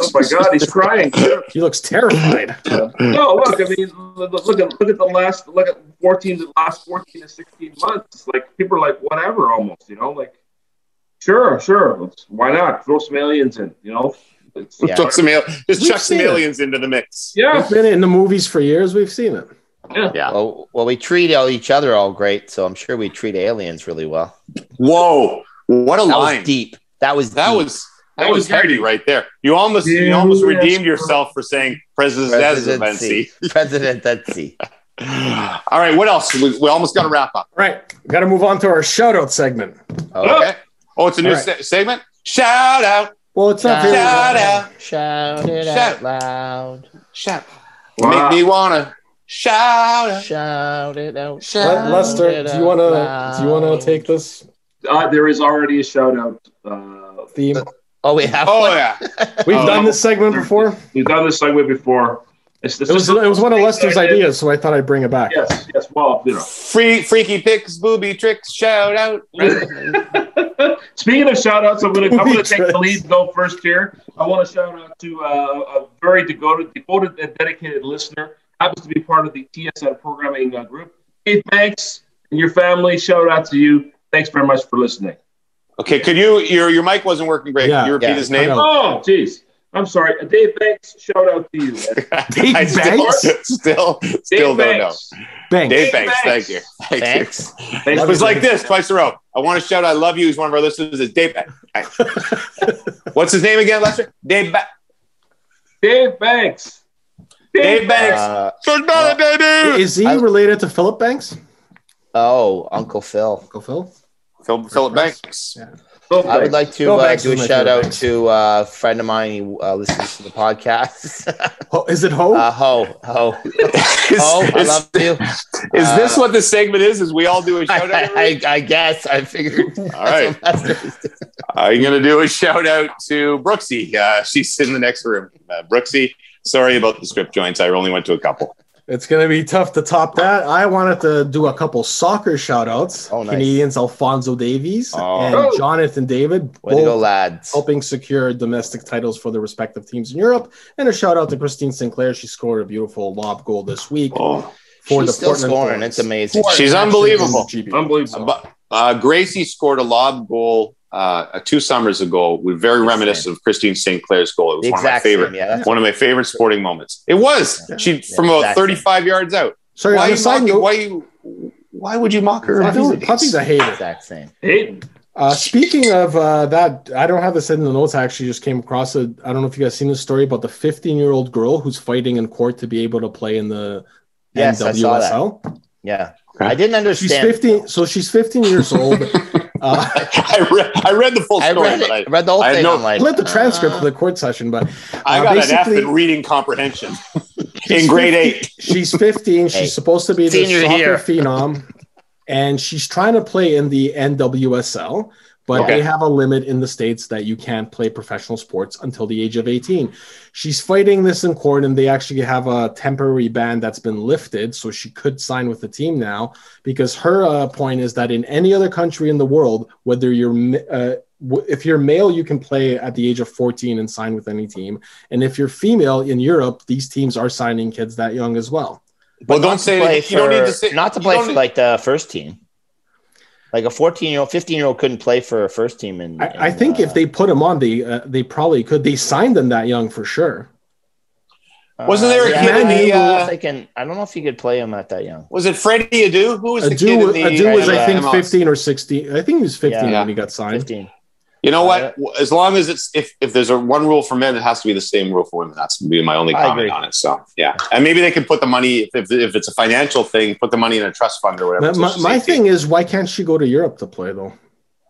S2: Oh my God, he's crying.
S7: He looks terrified.
S2: No, look, I mean, look, look at look at the last look at fourteen the last fourteen to sixteen months. It's like people are like whatever almost, you know, like sure, sure, let's- why not throw some aliens in, you know? It's-
S3: Yeah. Chuck some al- just chuck some aliens into the mix.
S2: Yeah.
S7: We've been in the movies for years. We've seen it.
S2: Yeah.
S4: Well, well, we treat all each other all great, so I'm sure we treat aliens really well.
S3: Whoa! What a
S4: that
S3: line.
S4: Was deep. That was
S3: that
S4: deep.
S3: was that, was heavy right there. You almost you
S4: Yeah,
S3: almost
S4: that's
S3: redeemed
S4: right.
S3: yourself for saying presidency.
S4: presidency. *laughs* presidency.
S3: *sighs* All right, what else? We, we almost got to wrap up.
S7: Right. Got to move on to our shout out segment.
S3: Okay. Oh, it's a new
S7: All right.
S3: se- segment. Shout out.
S7: Well, it's not.
S3: shout out.
S4: Shout it
S3: Shout-
S4: out loud.
S3: Shout.
S7: Wow.
S3: Make me wanna shout out.
S4: Shout it out.
S7: Le-
S4: Shout
S7: Lester,
S4: it
S7: do
S4: out
S7: you want
S4: loud.
S7: to do you want to take this
S2: Uh, there is already a shout out. Uh,
S7: *laughs* theme?
S4: Oh, we have.
S3: Oh yeah.
S7: We've
S2: Oh.
S7: done this segment before.
S2: We've done this segue before. It's,
S7: It was it was one of Lester's ideas, so I thought I'd bring it back.
S2: Yes, yes. Well, you know.
S3: Free freaky pics, booby tricks. Shout out.
S2: *laughs* Speaking of shout outs, I'm going to I'm going to take the lead and go first here. I want to shout out to uh, a very devoted, devoted and dedicated listener. Happens to be part of the TSN programming uh, group. Hey, thanks and your family. Shout out to you. Thanks very much for listening.
S3: Okay, could you your your mic wasn't working great. Could you repeat his name?
S2: Oh, jeez. I'm sorry, Dave Banks. Shout out to you.
S3: Dave *laughs* I Still, still, still don't know.
S7: Banks.
S3: Dave Banks, thank you. Thank
S4: Thanks.
S3: you. It was like this twice in a row. I want to shout, I love you. He's one of our listeners. Is Dave *laughs* Banks. What's his name again, Lester? Dave Banks.
S2: Dave Banks.
S3: Dave Banks.
S4: Uh,
S3: Good morning, baby.
S7: Is he related to Philip Banks?
S4: Oh, Uncle Phil.
S7: Uncle Phil.
S3: Phil, Philip Banks.
S4: I would like to
S7: Phil
S4: uh,
S7: Banks
S4: do a
S7: is my
S4: shout
S7: favorite
S4: out
S7: Banks.
S4: to uh, a friend of mine. He uh, listens to the podcast. *laughs*
S7: Ho- Is it Ho?
S4: Uh, ho, ho, ho! Oh, I
S3: *laughs* is-
S4: love you.
S3: Is
S4: Uh,
S3: this what this segment is? Is we all do a shout out?
S4: *laughs* I, I, I guess I figured.
S3: All right.
S4: *laughs*
S3: I'm going to do a shout out to Brooksy. Uh, she's in the next room. Uh, Brooksy, sorry about the strip joints. I only went to a couple.
S7: It's going to be tough to top that. I wanted to do a couple soccer shout outs.
S4: Oh, nice.
S7: Canadians Alfonso Davies
S4: Oh.
S7: and Jonathan David,
S4: Way to go,
S7: both
S4: lads.
S7: helping secure domestic titles for their respective teams in Europe. And a shout out to Christine Sinclair. She scored a beautiful lob goal this week
S3: Oh.
S7: for
S4: She's
S7: the
S4: still
S7: Portland
S4: scoring.
S7: Thorns.
S4: It's amazing.
S3: She's unbelievable.
S2: Unbelievable.
S3: But uh, Gracie scored a lob goal uh, two summers ago. We're very reminiscent of Christine St. Clair's goal.
S4: The
S3: It was one of my
S4: exact same,
S3: favorite,
S4: yeah, that's-
S3: one of my favorite sporting moments. It was. She from about
S4: exact same.
S3: 35 yards out.
S7: Sorry,
S3: why,
S7: on
S3: you
S7: a side
S3: mocking-
S7: note,
S3: why you? Why would you mock her?
S7: Puppy's a,
S3: abilities?
S7: Puppy's a hater.
S4: Exact same.
S2: Hayden.
S7: Uh, speaking of uh, that, I don't have this in the notes. I actually just came across it. I don't know if you guys seen this story about the 15 year old girl who's fighting in court to be able to play in the
S4: Yes, I saw that.
S7: NWSL.
S4: Yeah, I didn't
S7: She's
S4: understand.
S7: 15. So she's 15
S4: *laughs*
S7: years old. uh, *laughs*
S3: *laughs* I, read, I read the full
S4: I
S3: story.
S4: read,
S3: but
S4: it, read the whole
S3: I had
S4: thing.
S3: no-
S4: I'm like,
S7: I read the transcript of the court session, but
S3: I
S7: uh,
S3: got an F
S7: basically-
S3: in reading
S7: *laughs*
S3: comprehension in grade eight.
S7: She's 15. She's
S4: Hey,
S7: supposed to be the
S4: senior
S7: soccer
S4: year.
S7: phenom, and she's trying to play in the NWSL. But
S3: Okay.
S7: they have a limit in the states that you can't play professional sports until the age of 18. She's fighting this in court, and they actually have a temporary ban that's been lifted, so she could sign with the team now. Because her uh, point is that in any other country in the world, whether you're ma- uh, w- if you're male, you can play at the age of 14 and sign with any team. And if you're female in Europe, these teams are signing kids that young as well.
S3: Well,
S4: not
S3: don't
S4: to
S3: say
S4: play
S3: it. You don't need to
S4: for-
S3: say
S4: not to
S3: you
S4: play
S3: don't
S4: for
S3: need-
S4: like the first team. Like a 14 year old, 15 year old couldn't play for a first team. And
S7: I, I think if they put them on, they uh, they probably could. They signed them that young for sure.
S3: Wasn't there a
S4: yeah,
S3: kid in
S4: I,
S3: the,
S4: don't know
S3: uh,
S4: if they can- I don't know if you could play him at that young.
S3: Was it Freddie Adu? Who was the kid in
S7: Adu,
S3: the uh,
S7: Adu was, I think,
S3: MLS?
S7: 15 or 16. I think he was 15
S3: Yeah.
S7: when he got signed.
S4: 15.
S3: You know what? As long as it's if if there's a one rule for men, it has to be the same rule for women. That's gonna be my only
S4: I
S3: comment
S4: agree.
S3: on it. So yeah, and maybe they can put the money if, if, if it's a financial thing, put the money in a trust fund or whatever.
S7: My,
S3: It's
S7: my,
S3: just-
S7: my thing is, why can't she go to Europe to play though?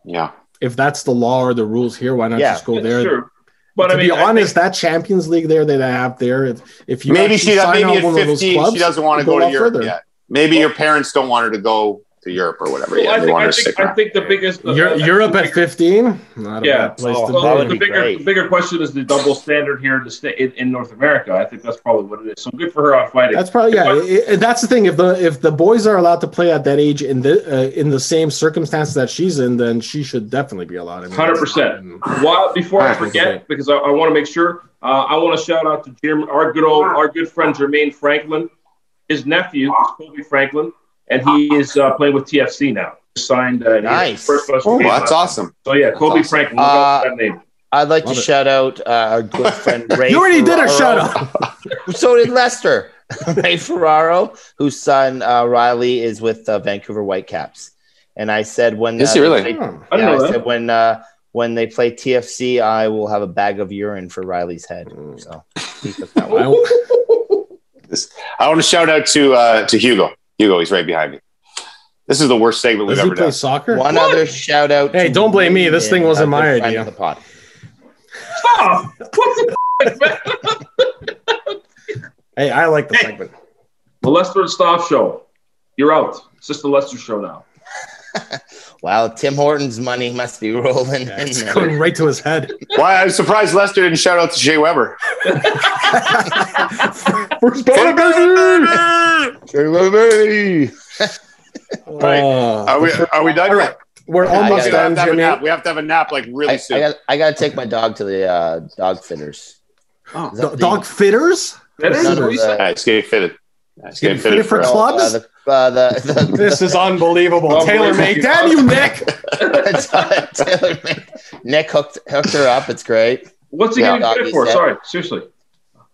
S3: Yeah.
S7: If that's the law or the rules here, why not
S3: Yeah,
S7: just go there?
S2: sure. But
S7: to
S2: I mean,
S7: be
S2: I
S7: honest, that Champions League there that I have there, if if you
S3: maybe
S7: actually
S3: she
S7: sign
S3: maybe
S7: on
S3: at
S7: one of those
S3: fifteen
S7: clubs,
S3: she doesn't want to
S7: you a
S3: go to
S7: lot
S3: Europe
S7: further.
S3: yet. Maybe your parents don't want her to go to Europe or whatever.
S2: Well,
S3: yeah,
S2: I
S3: they
S2: think-
S3: want
S2: I
S3: her to
S2: think-
S3: stick
S2: I
S3: around.
S2: think the biggest uh,
S7: Eu-
S2: uh,
S7: Europe at fifteen, not a bad place to
S2: Oh, well,
S7: be.
S2: the bigger the bigger question is the double standard here in the state in, in North America. I think that's probably what it is. So good for her on fighting.
S7: That's probably yeah. it- it- that's the thing. If the if the boys are allowed to play at that age in the uh, in the same circumstances that she's in, then she should definitely be allowed. I mean,
S2: Hundred percent. While before I
S7: Alright, okay.
S2: forget, because I, I want to make sure, uh, I want to shout out to Jim, our good old, our good friend Jermaine Franklin. His nephew is Kobe Franklin, and he is uh, playing with TFC now. Signed. Uh, he was
S4: Nice. Uh,
S2: the First
S4: Oh,
S2: Western game
S4: that's
S2: last
S3: awesome.
S2: night. So yeah,
S4: That's
S2: Kobe
S4: awesome.
S2: Franklin. look out for that name.
S4: I'd like
S2: Love
S4: to
S2: it.
S4: shout out uh, our good friend Ray.
S7: You already did
S4: Ferraro.
S7: a shout
S3: *laughs*
S7: out.
S4: so did Lester. *laughs* Ray Ferraro, whose son uh, Riley is with uh, Vancouver Whitecaps, and I said when
S3: Is
S4: uh,
S3: he
S4: they
S3: really?
S4: play-
S3: Hmm. I didn't
S4: yeah,
S3: know
S4: I
S3: that.
S4: said when uh, when they play TFC, I will have a bag of urine for Riley's head. So he took that one.
S3: This- I want to shout out to uh, to Hugo. Hugo, he's right behind me. This is the worst segment we've
S7: Does he
S3: ever
S7: play
S3: done.
S7: soccer?
S4: One other shout out.
S7: Hey,
S4: to
S7: don't blame me. This
S4: Ian,
S7: thing wasn't
S4: a
S7: my
S4: good friend
S7: idea.
S4: of The pod.
S2: Stop! What the
S7: Hey, I like the segment.
S2: The Lester and Staff show. You're out. It's just the Lester show now.
S4: Wow, Tim Hortons money must be rolling in
S7: It's
S4: there.
S7: going right to his head. *laughs*
S3: Why? I'm surprised Lester didn't shout out to Jay Weber.
S7: First baby.
S3: All right. Are
S7: *laughs*
S3: we are we done? Right.
S7: Uh, We're almost
S3: we have
S7: done,
S3: to have a
S7: Jimmy.
S3: nap. We have to have a nap like really
S4: I,
S3: soon.
S4: I got I got to take my dog to the uh, dog fitters.
S3: Oh,
S7: Do- dog fitters?
S3: It's getting fitted. It's getting
S7: fitted
S3: fitted
S7: for
S3: for
S7: club?
S4: Uh, the, uh, the, the,
S7: This is unbelievable.
S4: Unbelievable.
S7: Taylor made. Damn *laughs* you, Nick.
S4: Taylor Nick- Nick hooked hooked her up. It's great.
S2: What's he
S4: Yeah.
S2: getting fitted
S4: Doggy
S2: for?
S4: set.
S2: Sorry, seriously.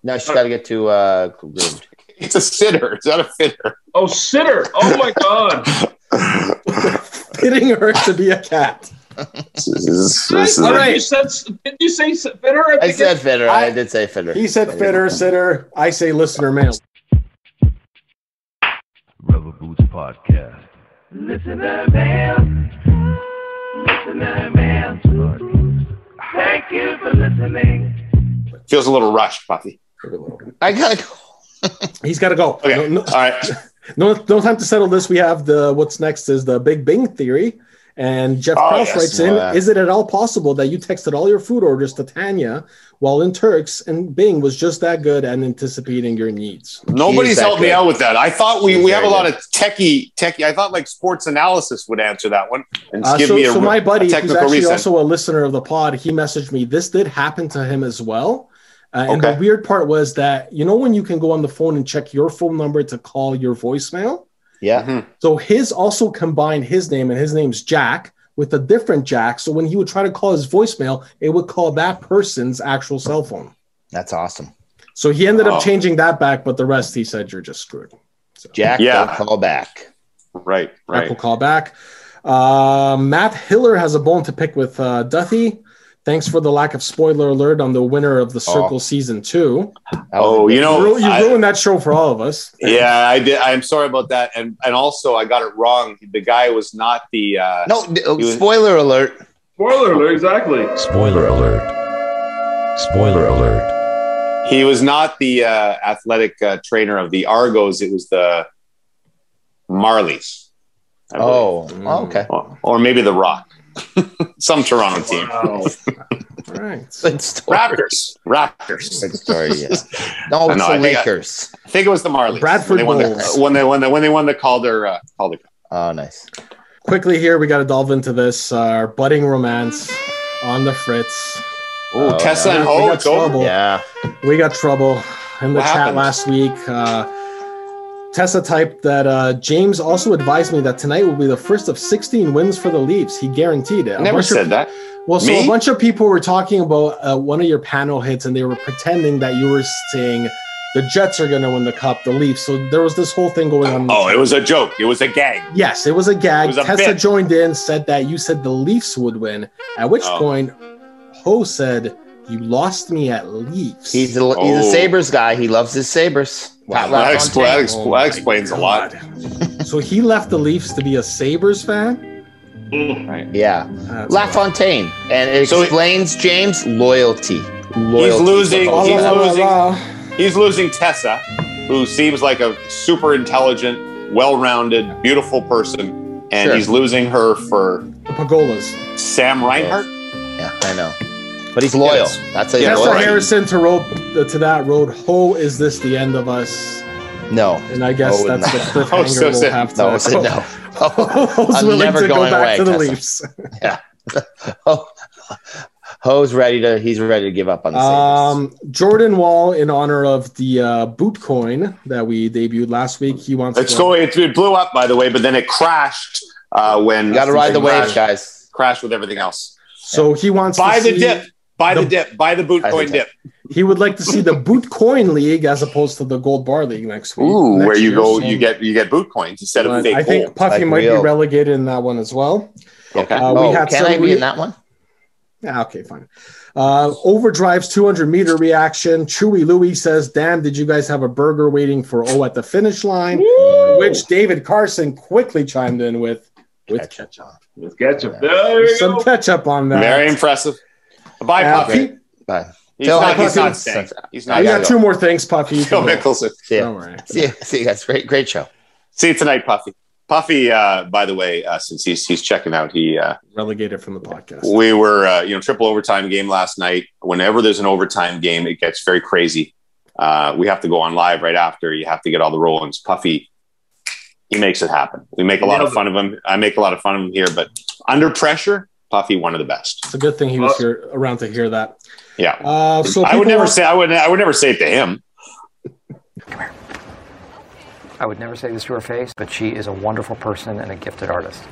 S4: No, she's got to get to uh, groomed.
S3: It's a sitter. It's not a *laughs* fitter.
S2: Oh, sitter! Oh my God!
S7: Hitting her to be a cat.
S3: This is, this is
S2: All
S7: All
S2: right. You
S7: right.
S2: said, did you say fitter?
S4: I said fitter. I,
S7: I-
S4: did say fitter.
S7: He said fitter, sitter. I say listener mail.
S5: Rubber Boots Podcast. Listener mail. Listener mail. Thank you for listening.
S3: feels a little rushed, Puffy.
S4: I gotta go.
S7: He's got to go.
S3: Okay.
S7: No, no,
S3: All right.
S7: no, no time to settle this. We have the what's next is the Big Bang Theory. And Jeff
S3: Oh,
S7: Krause
S3: yes.
S7: writes
S4: Yeah.
S7: in Is it at all possible that you texted all your food orders to Tanya while in Turks and Bing was just that good at anticipating your needs?
S3: Nobody's
S4: that
S3: helped me
S4: good.
S3: out with that. I thought we,
S4: He's
S3: we have a
S4: very
S3: lot
S4: good.
S3: of techie techie. I thought like sports analysis would answer that one and
S7: Uh,
S3: give
S7: so,
S3: me a,
S7: so my
S3: a
S7: buddy, who's
S3: technical
S7: actually
S3: reason.
S7: also a listener of the pod, he messaged me. This did happen to him as well. Uh, And
S3: Okay.
S7: the weird part was that you know when you can go on the phone and check your phone number to call your voicemail.
S4: Yeah.
S7: So his also combined his name and his name's Jack with a different Jack. So when he would try to call his voicemail, it would call that person's actual cell phone.
S4: That's awesome.
S7: So he ended
S3: Wow.
S7: up changing that back, but the rest he said you're just screwed.
S4: Jack,
S3: Yeah.
S4: yeah. call back.
S3: right,
S7: Jack
S3: right.
S7: will call back. Uh, Matt Hiller has a bone to pick with uh, Duthie. Thanks for the lack of spoiler alert on the winner of the Circle season two.
S4: That was a
S3: Oh,
S4: good-
S3: you know,
S7: you, ru- you
S3: Oh. I-
S7: ruined that show for all of us. *laughs*
S3: Yeah, I did. I'm sorry about that, and and also I got it wrong. The guy was not the. Uh,
S4: no d- oh,
S3: You-
S4: spoiler alert.
S2: Spoiler alert! Exactly.
S16: Spoiler alert. Spoiler alert.
S3: He was not the uh, athletic uh, trainer of the Argos. It was the Marlies. I believe. Mm.
S4: Oh, okay. *laughs*
S3: Or, or maybe the Rock. Some Toronto team.
S2: Wow.
S7: All
S3: *laughs*
S7: right.
S4: Good story.
S3: Raptors. Raptors.
S4: Good story.
S3: *laughs*
S4: Yeah. No,
S3: I
S4: it's the
S3: know, I think I-
S4: Lakers.
S3: I think it was the Marlies.
S7: Bradford
S3: when they won the,
S7: Bulls.
S3: when they when they when they won the Calder uh, Calder. Cup.
S4: Oh, nice.
S7: Quickly here, we got to delve into this uh, budding romance on the Fritz.
S3: Ooh,
S4: Oh,
S3: Tessa
S7: yeah.
S3: and
S7: We
S3: Ho.
S7: got
S3: it's over.
S7: trouble.
S4: Yeah.
S7: We got trouble in the
S3: What
S7: chat
S3: happened?
S7: last week. Uh, Tessa typed that uh, James also advised me that tonight will be the first of 16 wins for the Leafs. He guaranteed it.
S3: I
S7: A
S3: never
S7: bunch of-
S3: said that.
S7: Well, so
S3: Me?
S7: a bunch of people were talking about uh, one of your panel hits, and they were pretending that you were saying the Jets are going to win the cup, the Leafs. So there was this whole thing going on.
S3: Oh, it was a joke. It was a gag.
S7: Yes, it was a gag.
S3: was a
S7: Tessa
S3: bit.
S7: joined in, said that you said the Leafs would win. At which
S4: Oh.
S7: point, Ho said, "You lost me at Leafs."
S4: He's a, he's a
S3: Oh.
S4: Sabres guy. He loves his Sabres. Pat
S7: Wow. That
S4: LaFontaine.
S7: expl- that expl- that
S3: explains a lot.
S7: so he left the Leafs to be a Sabres fan.
S3: Right.
S4: Yeah. LaFontaine. And it
S3: So-
S4: explains James loyalty. loyalty.
S3: He's losing.
S4: Oh,
S3: He's
S4: la, la, la,
S3: losing.
S4: la.
S3: He's losing Tessa, who seems like a super intelligent, well-rounded, beautiful person, and
S7: Sure.
S3: he's losing her for
S7: The Pagolas.
S3: Sam Reinhart.
S4: Yeah, I know. But he's loyal. That's a
S7: Tessa
S4: loyalty.
S7: Harrison to rope to that road. Ho, is this the end of us?
S4: No.
S7: And I guess
S4: Oh,
S7: that's
S4: no.
S3: *laughs*
S7: the cliffhanger
S4: Oh, so
S7: we'll
S4: sad.
S7: have to.
S4: No, so no.
S7: *laughs* Ho's
S4: I'm
S7: willing
S4: never
S7: to
S4: going
S7: go
S4: away,
S7: back to the
S4: Tessa.
S7: Leafs.
S4: Yeah. Ho, *laughs* Ho's ready to. He's ready to give up on the
S7: Um, Jordan Wall, in honor of the uh, boot coin that we debuted last week, he wants.
S3: It's
S7: to-
S3: going. It, it blew up, by the way, but then it crashed uh, when.
S4: gotta ride the wave, guys.
S3: Crashed with everything else.
S7: So he wants
S3: Buy
S7: to
S3: the
S7: see-
S3: dip. Buy the, dip. Buy the boot coin dip.
S7: He would like to see the boot coin league as opposed to the gold bar league next week.
S3: Ooh,
S7: next
S3: where you
S7: year,
S3: go,
S7: so-
S3: you get you get boot coins instead of
S7: But
S3: fake
S7: I think
S3: gold.
S7: Puffy might be relegated in that one as well.
S3: Okay.
S7: Uh, we
S4: Oh,
S7: had
S4: can
S7: some
S4: I be
S7: re-
S4: in that one?
S7: Yeah, Ah, okay, fine. Uh, Overdrive's 200 meter reaction. Chewy Louie says, Damn, did you guys have a burger waiting for O at the finish line? Which David Carson quickly chimed in with, with ketchup.
S2: With ketchup. There you
S7: Some
S2: go.
S7: ketchup on that.
S3: Very impressive. Bye,
S7: Uh,
S3: Puffy.
S7: Pete-
S4: Bye.
S3: He's
S4: Phil,
S3: not,
S4: I-
S3: he's
S4: I-
S3: not staying. He's not
S7: we got
S3: staying.
S7: two more things, Puffy. You
S3: Phil
S7: can go.
S3: Mickelson.
S4: See
S7: Don't
S4: ya.
S7: worry.
S4: See ya. See you guys. Great, great show.
S3: See you tonight, Puffy. Puffy, uh, by the way, uh, since he's he's checking out, he uh,
S7: Relegated from the podcast.
S3: we were uh, you know triple overtime game last night. Whenever there's an overtime game, it gets very crazy. Uh, we have to go on live right after. You have to get all the roll-ins. Puffy, he makes it happen. We make a lot of fun of him. I make a lot of fun of him here, but under pressure, Puffy, one of the best.
S7: It's a good thing he was here around to hear that.
S3: Yeah,
S7: Uh, so
S3: I would
S7: people
S3: never
S7: are-
S3: say I would I would never say it to him.
S9: I would never say this to her face, but she is a wonderful person and a gifted artist.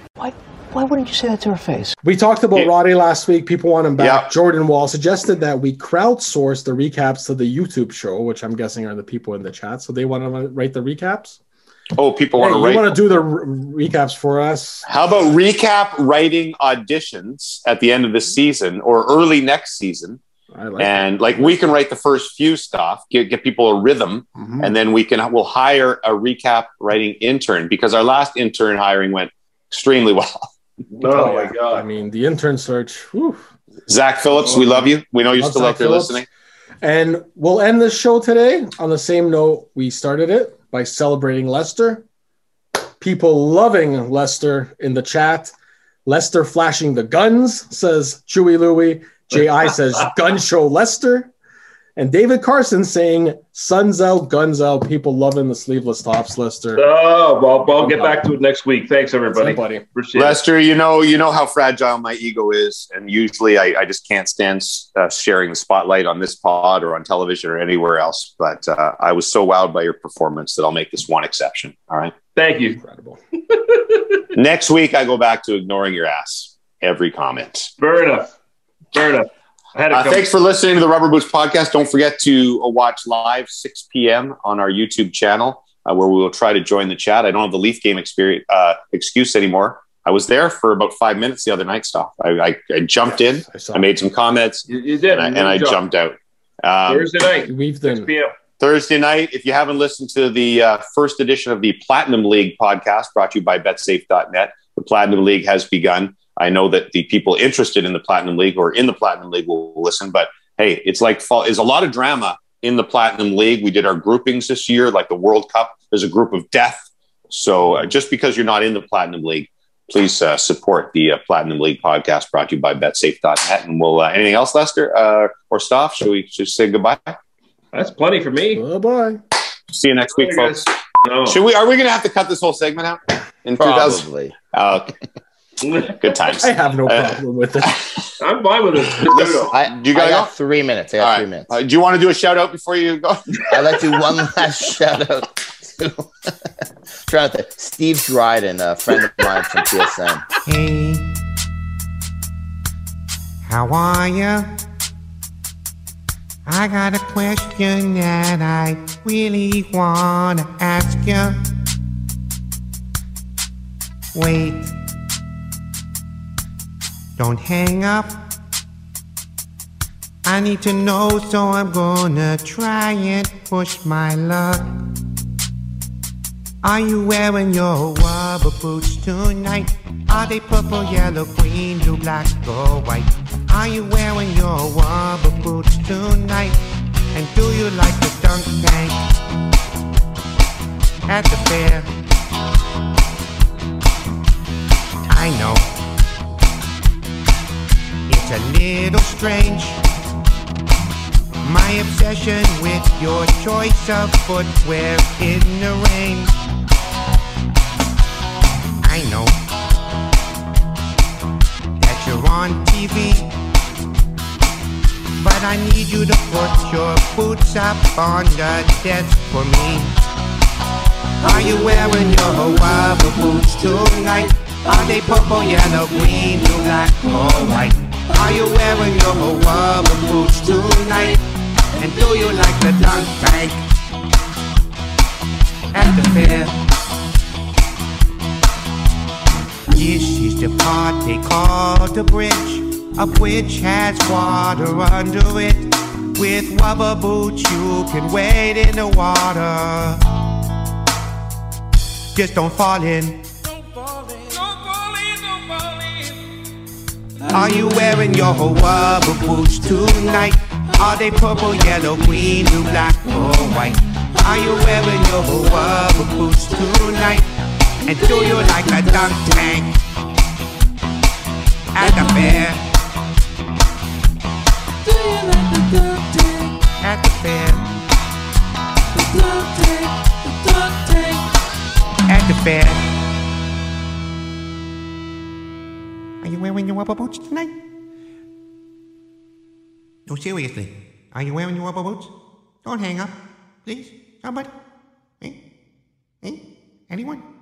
S10: Why wouldn't you say that to her face?
S7: We talked about Roddy last week. People want him back. Jordan Wall suggested that we crowdsource the recaps to the YouTube show, which I'm guessing are the people in the chat. So they want to write the recaps.
S3: Oh, people want
S7: Hey,
S3: to
S7: you
S3: write.
S7: want to do the re- recaps for us?
S3: How about recap writing auditions at the end of the season or early next season?
S7: I like
S3: and like we can write the first few stuff, get, get people a rhythm,
S7: Mm-hmm.
S3: and then we can we'll hire a recap writing intern because our last intern hiring went extremely well. *laughs*
S2: Oh, my
S7: god! I mean, the intern search. whew.
S3: Zach Phillips, we love you. We know you're
S7: Love
S3: still
S7: Zach
S3: out there
S7: Phillips.
S3: listening.
S7: And we'll end this show today on the same note we started it by celebrating Lester. People loving Lester in the chat. Lester flashing the guns, says Chewy Louie.
S3: *laughs*
S7: J.I. says, gun show Lester. And David Carson saying, suns out, guns out. People loving the sleeveless tops, Lester.
S2: Oh, well, well, I'll get back to it next week. Thanks, everybody.
S7: Everybody.
S2: Appreciate it.
S3: Lester, you know you know how fragile my ego is, and usually I, I just can't stand uh, sharing the spotlight on this pod or on television or anywhere else. But uh, I was so wowed by your performance that I'll make this one exception. All right.
S2: Thank you.
S3: Next week I go back to ignoring your ass every comment.
S2: Fair enough. Fair enough. I had it
S3: Uh,
S2: coming.
S3: thanks for listening to the Rubber Boots podcast. Don't forget to uh, watch live 6 p.m. on our YouTube channel, uh, where we will try to join the chat. I don't have the Leaf game experience uh, excuse anymore. I was there for about five minutes the other night. Stop. I, I, I jumped in.
S7: I saw
S3: I, made some comments,
S2: You, you did.
S3: and I,
S2: You
S3: and I
S2: jumped.
S3: jumped out. Um,
S2: Thursday night.
S7: We've done.
S2: PM.
S3: Thursday night. If you haven't listened to the uh, first edition of the Platinum League podcast brought to you by betsafe.net, the Platinum League has begun. I know that the people interested in the Platinum League or in the Platinum League will listen, but hey, it's like fall is a lot of drama in the Platinum League. We did our groupings this year, like the World Cup. There's a group of death. So uh, just because you're not in the Platinum League, please uh, support the uh, Platinum League podcast brought to you by betsafe.net. And we'll, uh, anything else, Lester uh, or Stoff? Should we just say goodbye?
S2: That's plenty for me.
S7: Bye bye.
S3: See you next week,
S2: Later, guys.
S3: folks. Should we? Are we going to have to cut this whole segment out in 2000?
S4: Probably.
S3: Uh, good times.
S7: I have no
S3: Uh,
S7: problem with it.
S2: *laughs* I'm fine with it.
S3: Listen,
S4: I,
S3: do you
S4: I
S3: gotta
S4: got
S3: go?
S4: three minutes. I got
S3: All
S4: three
S3: right.
S4: minutes.
S3: Uh, do you want to do a shout out before you go?
S4: I'd like to do one *laughs* last shout out to *laughs* trying to think. Steve Dryden, a friend of mine from TSN.
S17: Hey, how are you? I got a question that I really want to ask you. Wait. Don't hang up. I need to know, so I'm gonna try and push my luck. Are you wearing your rubber boots tonight? Are they purple, yellow, green, blue, black, or white? Are you wearing your rubber boots tonight? And do you like the dunk tank at the fair? I know it's a little strange. My obsession with your choice of footwear in the rain. I know that you're on TV, but I need you to put your boots up on the desk for me. Are you wearing your Hawaii boots tonight? Are they purple, yellow, green, blue, black, or white? Are you wearing your Hawaii boots tonight? And do you like the dunk tank at the fair? This is the part they call the bridge, up which has water under it. With rubber boots, you can wade in the water. Just don't fall in. Are you wearing your rubber boots tonight? Are they purple, yellow, green, blue, black, or white? Are you wearing your rubber boots tonight? And do you like a dunk tank at the fair? Do you like the dunk tank at the fair? The dunk tank, the dunk tank at the fair. Are you wearing your rubber boots tonight? No, seriously. Are you wearing your rubber boots? Don't hang up. Please, somebody. Eh? Eh? Anyone?